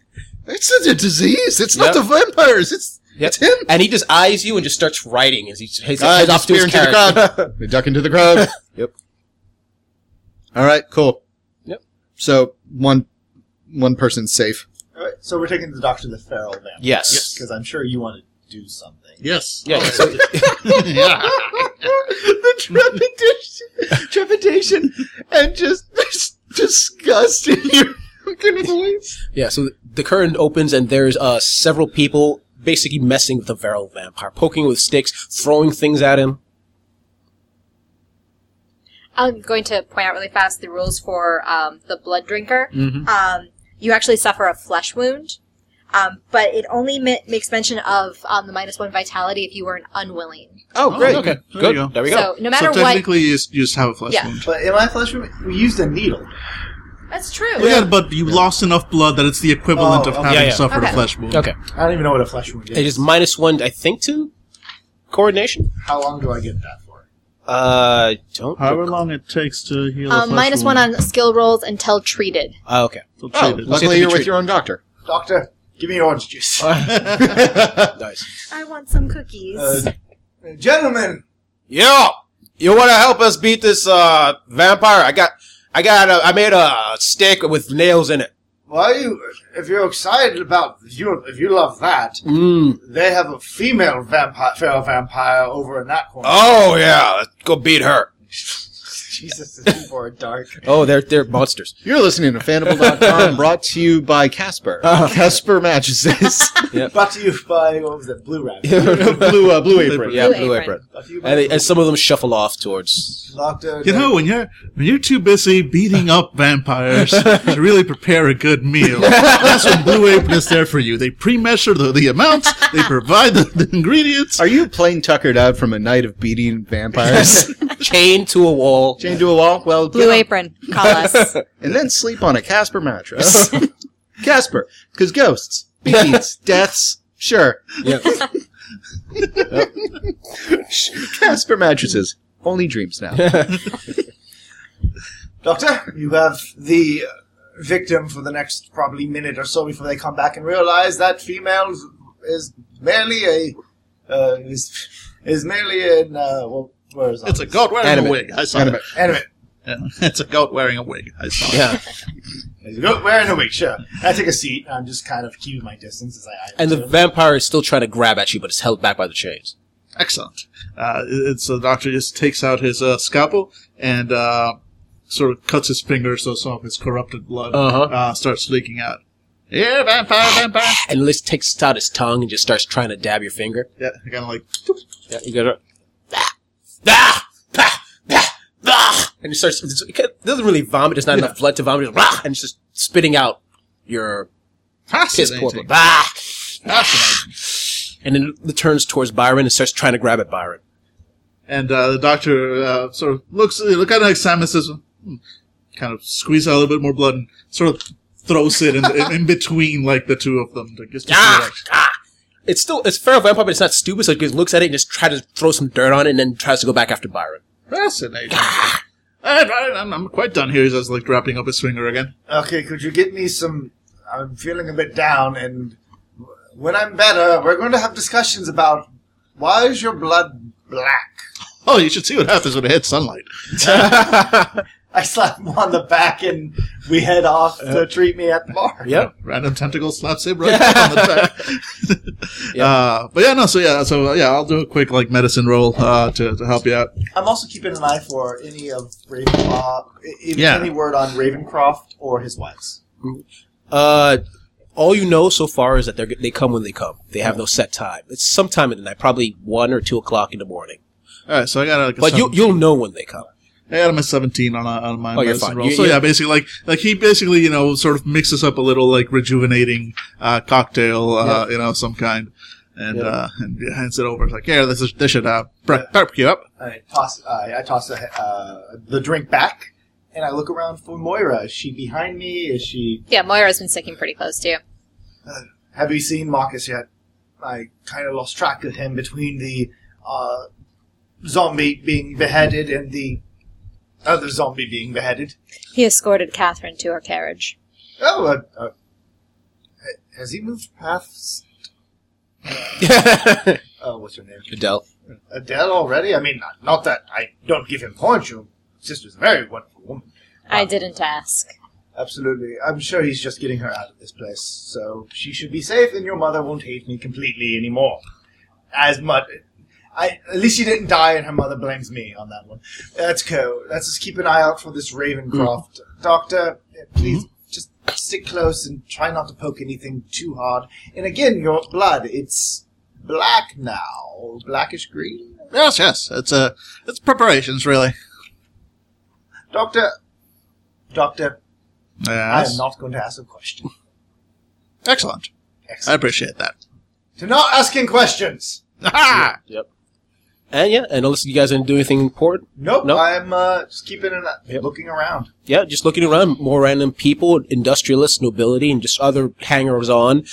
That's not a disease. It's not the
Yep.
vampires. It's it's him.
And he just eyes you and just starts writing as he heads,
Ah,
heads
they
off to his
disappear
carriage.
into the crowd. they duck into the crowd.
Yep.
All right. Cool.
Yep.
So one one person's safe.
All right, so we're taking the doctor to the feral vampire.
Yes.
because I'm sure you want to do something.
Yes.
Yeah, so-
yeah.
the trepidation, trepidation, and just this disgust in your fucking voice.
Yeah, so the curtain opens and there's uh, several people basically messing with the feral vampire, poking with sticks, throwing things at him.
I'm going to point out really fast the rules for um, the blood drinker.
Mm-hmm.
Um, you actually suffer a flesh wound, um, but it only ma- makes mention of um, the minus one vitality if you were an unwilling.
Oh, great.
okay. There
Good.
you go.
There we go.
So no matter
so
what,
technically, you, just, you just have a flesh
Yeah.
wound.
But in my flesh room, we used a needle.
that's true.
Yeah, but you lost enough blood that it's the equivalent
Oh,
of
okay.
having
Yeah, yeah.
suffered
Okay.
a flesh wound.
Okay.
I don't even know what a flesh wound is.
It is minus one, I think, to coordination?
How long do I get that for?
Uh, don't.
However long it takes to heal a
Um,
flesh
minus one
wound,
on skill rolls until treated.
Ah, okay.
they'll treat
Oh,
it.
luckily you're with your own doctor.
Doctor, give me an orange juice.
Nice.
I want some cookies.
Uh, gentlemen,
Yo, you want to help us beat this uh, vampire? I got, I got, a, I made a stick with nails in it.
why are you? If you're excited about if you if you love that,
Mm.
they have a female vampire, feral vampire over in that corner.
Oh yeah, let's go beat her.
Jesus, these people are dark.
Oh, they're they're monsters.
You're listening to Fandible.com, brought to you by Casper. Casper mattresses.
Brought to you by what was it? Blue Rabbit.
blue, uh, blue apron.
Yeah,
Blue
blue
apron.
apron.
Brought to you by
And, they, and some of them shuffle off towards.
Doctor.
You know, when you're when you're too busy beating up vampires to really prepare a good meal, that's when Blue Apron is there for you. They pre-measure the, the amounts, they provide the, the ingredients.
Are you plain tuckered out from a night of beating vampires?
Chained to a wall.
Chained to a wall? Well,
Blue Apron, call us.
and then sleep on a Casper mattress. Casper, because ghosts, beatings, deaths, sure.
Yeah.
Casper mattresses, only dreams now.
Doctor, you have the victim for the next probably minute or so before they come back and realize that female is merely a uh, is is merely an uh, well, where is that?
It's a goat wearing
Animate.
a wig. I saw
Animate.
animate.
it. Yeah, It's a goat wearing a wig. I saw it.
Yeah.
It's a goat wearing a wig. Sure. I take a seat. I'm just kind of keeping my distance as I.
And the vampire is still trying to grab at you, but it's held back by the chains.
Excellent. Uh, it's the doctor just takes out his uh, scalpel and uh, sort of cuts his finger so some of his corrupted blood
Uh-huh.
uh, starts leaking out. Yeah, vampire, vampire.
And Liz takes out his tongue and just starts trying to dab your finger.
Yeah, kind of like
Yeah, you got it. Ah! Bah! Bah! Bah! And it starts. it's- It doesn't really vomit. There's not enough blood to vomit. It's rah! and it's just spitting out your piss poor.
fascinating.
Bah!
Fascinating.
And then it turns towards Byron and starts trying to grab at Byron.
And uh, the doctor uh, sort of looks, you know, kind of examines this, hmm, kind of squeezes out a little bit more blood, and sort of throws it in, in, in between like the two of them to just to
Ah!
select.
Ah! it's still it's feral vampire, but it's not stupid. So it just looks at it and just tries to throw some dirt on it, and then tries to go back after Byron.
Fascinating. All right, I'm, I'm quite done here. He says, like wrapping up his finger again.
Okay, could you get me some? I'm feeling a bit down, and when I'm better, we're going to have discussions about why is your blood black.
Oh, you should see what happens when it hits sunlight.
I slap him on the back, and we head off to treat me at the bar.
Yep.
Random tentacle slaps him right on the back. uh, but yeah, no. So yeah, so uh, yeah, I'll do a quick like medicine roll uh, to to help you out.
I'm also keeping an eye for any of Ravenclaw, if
Yeah.
any word on Ravencroft or his wives.
Uh, all you know so far is that they they come when they come. They have no set time. It's sometime in the night, probably one or two o'clock in the morning.
All right, so I got like a
But you
seven-
you'll know when they come.
I got him a seventeen on a, on my
Oh, you're
medicine
fine.
roll.
You-
so
you-
yeah, basically like like he basically you know sort of mixes up a little like rejuvenating uh, cocktail uh, you know some kind, and uh, and hands it over. It's like yeah, this is this should uh, bar- barbecue up.
I toss, I I toss the, uh, the drink back, and I look around for Moira. Is she behind me? Is she?
Yeah, Moira's been sticking pretty close to you.
Have you seen Marcus yet? I kind of lost track of him between the uh, zombie being beheaded and the other zombie being beheaded.
He escorted Catherine to her carriage.
Oh, uh, uh, has he moved past? Uh, what's her name?
Adele.
Adele already? I mean, not- not that I don't give him points. Your sister's a very wonderful woman.
I didn't ask.
Absolutely. I'm sure he's just getting her out of this place, so she should be safe, and your mother won't hate me completely anymore. As much. I, at least she didn't die, and her mother blames me on that one. That's cool. Let's just keep an eye out for this Ravencroft. Doctor, eh, please just stick close and try not to poke anything too hard. And again, your blood, it's black now. Blackish green?
Yes, yes, it's uh, it's preparations really.
Doctor, Doctor, I am
Yes.
not going to ask a question.
Excellent.
Excellent.
I appreciate that.
To not asking questions!
Ah,
And yeah, and unless you guys didn't do anything important,
Nope,
Nope.
I'm uh, just keeping an eye,
Yep.
looking around.
yeah, just looking around, more random people, industrialists, nobility, and just other hangers on.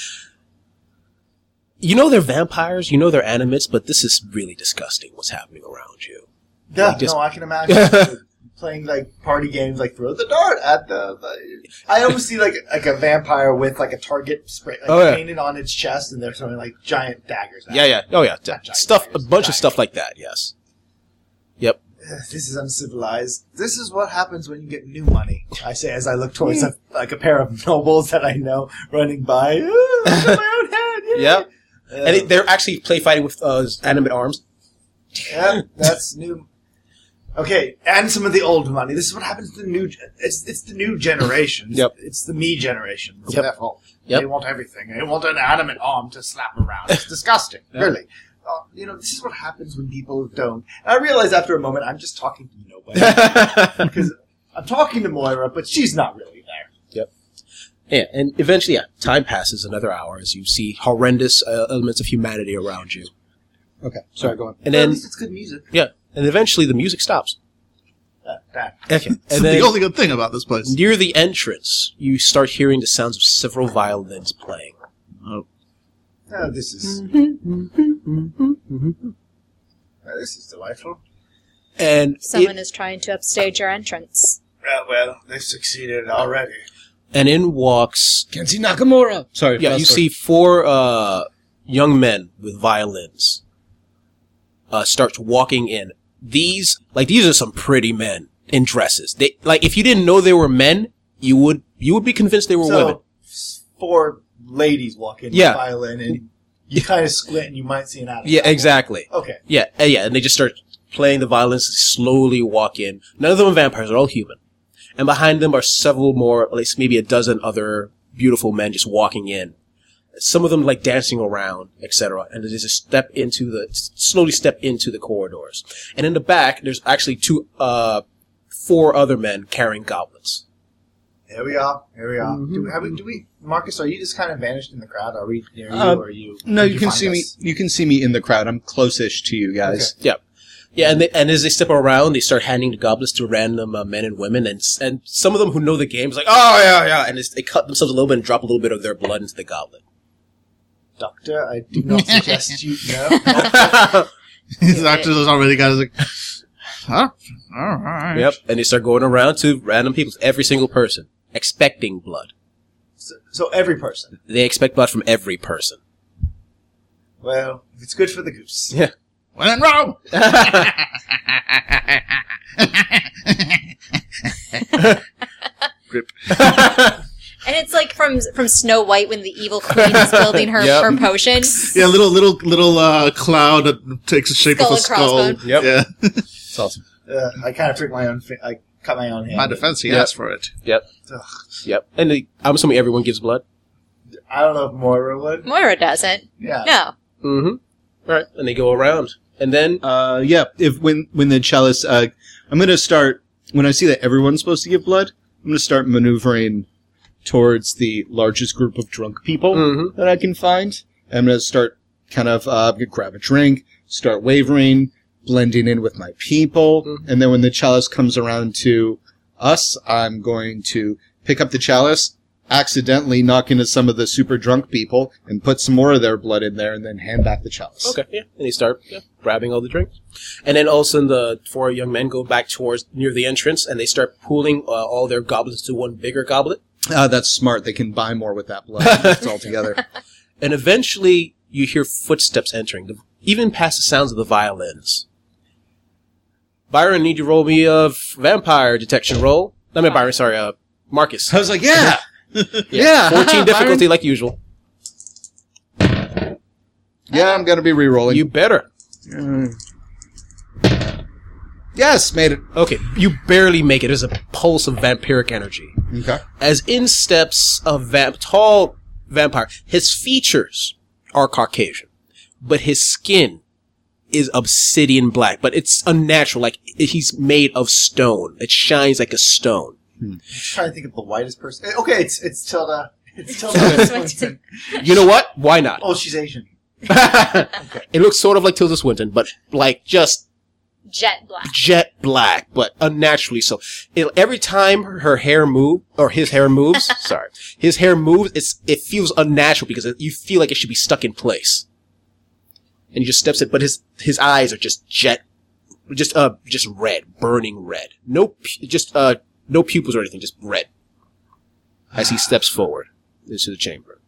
You know they're vampires, you know they're animates, but this is really disgusting what's happening around you.
Yeah,
just-
no, I can imagine playing like party games, like throw the dart at the. the I almost see like like a vampire with like a target spray like,
Oh, yeah.
painted on its chest, and they're throwing like giant daggers. At
Yeah,
it.
yeah. Oh, yeah.
Giant
Stuff, a
daggers,
bunch of
giant-
stuff like that, yes. Yep.
Ugh, This is uncivilized. This is what happens when you get new money. I say as I look towards a, like a pair of nobles that I know running by. Ooh, look at my own head. yay.
Yep.
Uh,
And it, they're actually play fighting with uh, animate arms.
Yeah, that's new. Okay, and some of the old money. This is what happens to the new. gen- It's it's the new generation.
Yep.
It's the me generation. It's
Yep.
their fault.
Yep.
They want everything. They want an animate arm to slap around. It's disgusting, really. Uh, you know, this is what happens when people don't. And I realize after a moment, I'm just talking to nobody because I'm talking to Moira, but she's not really there.
Yeah, and eventually, yeah, time passes another hour as you see horrendous uh, elements of humanity around you.
Okay, sorry, go on.
And
But at
then,
least it's good music.
yeah, and eventually the music stops.
Uh, that.
Okay.
it's
And then
the only good thing about this place.
near the entrance, you start hearing the sounds of several violins playing.
Oh, this is. Uh, this is delightful.
And
Someone
it-
is trying to upstage your entrance.
Well, Uh, well, they've succeeded already.
and in walks,
Kenzie Nakamura. Sorry.
yeah,
fast
you
forward.
see four uh, young men with violins uh, start walking in. These, like, these are some pretty men in dresses. They, like, if you didn't know they were men, you would you would be convinced they were
so,
women.
s- Four ladies walk in with
Yeah.
violin, and you kind of squint, and you might see an animal.
Yeah, exactly.
Okay.
Yeah, uh, yeah, and they just start playing the violins, slowly walk in. None of them are vampires; they're all human. And behind them are several more, at least maybe a dozen other beautiful men just walking in. Some of them like dancing around, etc. And they just step into the slowly step into the corridors. And in the back, there's actually two, uh, four other men carrying goblets.
Here we are. Here we are.
Mm-hmm.
Do, we, have we, do we, Marcus? Are you just kind of vanished in the crowd? Are we near you?
Uh,
or are you?
No,
did
you can
find
see me.
us?
You can see me in the crowd. I'm close-ish to you guys.
Yeah. Yeah, and, they, and as they step around, they start handing the goblets to random uh, men and women, and s- and some of them who know the game is like, oh yeah, yeah, and it's, they cut themselves a little bit and drop a little bit of their blood into the goblet.
doctor. I do not suggest you. No.
His doctor has already got his like, huh? all right.
Yep. And they start going around to random people, every single person, expecting blood.
So, so every person.
They expect blood from every person.
Well, if it's good for the goose.
When in Rome.
And it's like from from Snow White when the evil queen is building her,
Yep.
her potion.
Yeah, little little little uh, cloud that takes the shape
Skull
of a
and
skull.
crossbone.
Yep.
Yeah.
It's awesome.
Uh, I kind of took my own. Fi- I cut my own hand.
My defense, he
Yep.
asked for it.
Yep.
Ugh.
Yep. And they, I'm assuming everyone gives blood.
I don't know if Moira would.
Moira doesn't.
Yeah.
No.
Mm-hmm. All right. And they go around. And then
Uh, yeah. If when when the chalice, uh, I'm gonna start when I see that everyone's supposed to give blood. I'm gonna start maneuvering towards the largest group of drunk people
Mhm.
that I can find. I'm gonna start kind of uh, grab a drink, start wavering, blending in with my people, and then when the chalice comes around to us, I'm going to pick up the chalice. Accidentally knock into some of the super drunk people and put some more of their blood in there, and then hand back the chalice.
Okay, yeah. And they start yeah, grabbing all the drinks. And then all of a sudden, the four young men go back towards near the entrance and they start pooling uh, all their goblets to one bigger goblet.
Uh, that's smart. They can buy more with that blood. It's all together.
And eventually, you hear footsteps entering, the, even past the sounds of the violins. Byron, need you roll me a f- vampire detection roll? I mean, Byron, sorry, uh, Marcus.
I was like, yeah,
Yeah, 14
Byron.
difficulty like usual.
yeah, I'm gonna be re-rolling.
You better.
Mm. yes, made it.
Okay, you barely make it. There's a pulse of vampiric energy.
Okay.
as in steps a vamp- tall vampire. His features are Caucasian, but his skin is obsidian black, but it's unnatural. Like i- he's made of stone. It shines like a stone.
trying to think of the whitest person. Eh, Okay, it's it's Tilda. It's Tilda. Swinton.
You know what? Why not?
oh, she's Asian.
It looks sort of like Tilda Swinton, but like just
Jet black.
jet black, but unnaturally so. It, every time her hair move or his hair moves, sorry, his hair moves, it's it feels unnatural because it, you feel like it should be stuck in place. And he just steps it, but his his eyes are just jet, just uh, just red, burning red. No, pu- just uh, no pupils or anything, just red. As he steps forward into the chamber.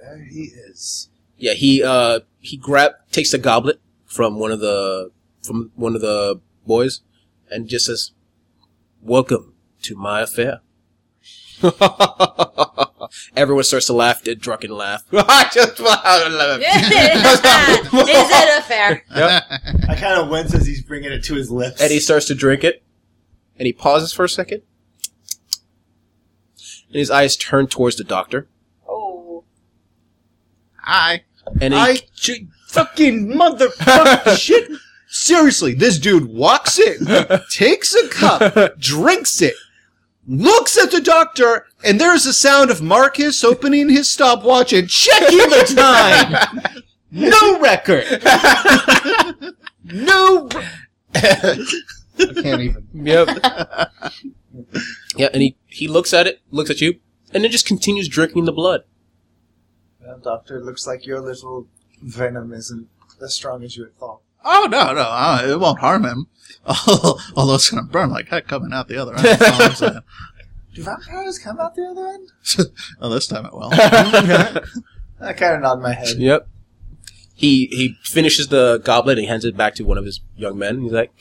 There he is.
Yeah, he uh he grab takes a goblet from one of the from one of the boys and just says, "Welcome to my affair." Everyone starts to laugh, a drunken laugh. just I love it.
Is it a fair?
I kind of wince as he's bringing it to his lips.
And he starts to drink it, and he pauses for a second, and his eyes turn towards the doctor,
Oh.
Hi.
and he,
I j- fucking motherfucking shit. Seriously, this dude walks in, takes a cup, drinks it, looks at the doctor, and there's the sound of Marcus opening his stopwatch and checking the time. No record. No. re- I can't even.
Yep. yeah, and he, he looks at it, looks at you, and then just continues drinking the blood.
Well, doctor, looks like your little venom isn't as strong as you had thought.
Oh no, no, uh, it won't harm him. Although it's gonna burn like heck coming out the other end. That's all I'm saying.
Do vampires come out the other end?
oh, this time it will.
I kind of nod my head.
Yep. He he finishes the goblet and he hands it back to one of his young men. He's like,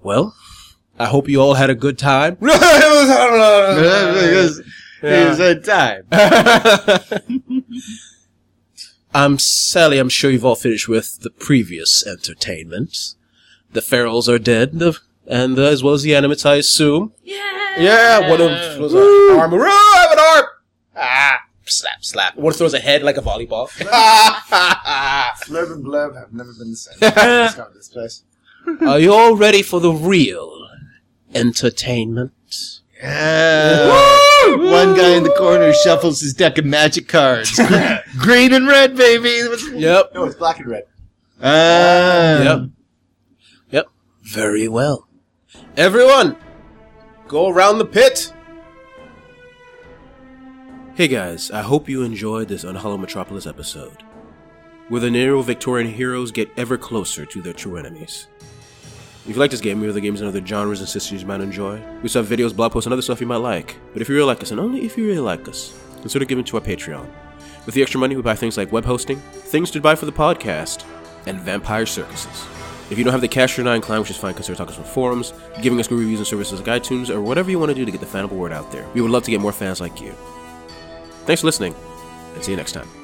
"Well, I hope you all had a good time."
It's a time.
I'm Um, Sally. I'm sure you've all finished with the previous entertainment. The ferals are dead, the, and uh, as well as the animates, I assume. Yeah, one of them throws an arm. Ooh, I have an arm! Ah, slap, slap. One throws a head like a volleyball.
Flurb and blurb have never been the same. Let's go to this place.
Are you all ready for the real entertainment? Uh,
One guy in the corner shuffles his deck of magic cards. Green and red, baby.
Yep.
No, it's black and red.
Ah.
Yep. Yep. Very well. Everyone, go around the pit. Hey guys, I hope you enjoyed this Unhollow Metropolis episode, where the Nero Victorian heroes get ever closer to their true enemies. If you like this game, we have other games and other genres and systems you might enjoy. We still have videos, blog posts, and other stuff you might like. But if you really like us, and only if you really like us, consider giving to our Patreon. With the extra money, we buy things like web hosting, things to buy for the podcast, and vampire circuses. If you don't have the cash you're not inclined, which is fine, consider talking to us on forums, giving us good reviews and services like iTunes, or whatever you want to do to get the fanable word out there. We would love to get more fans like you. Thanks for listening, and see you next time.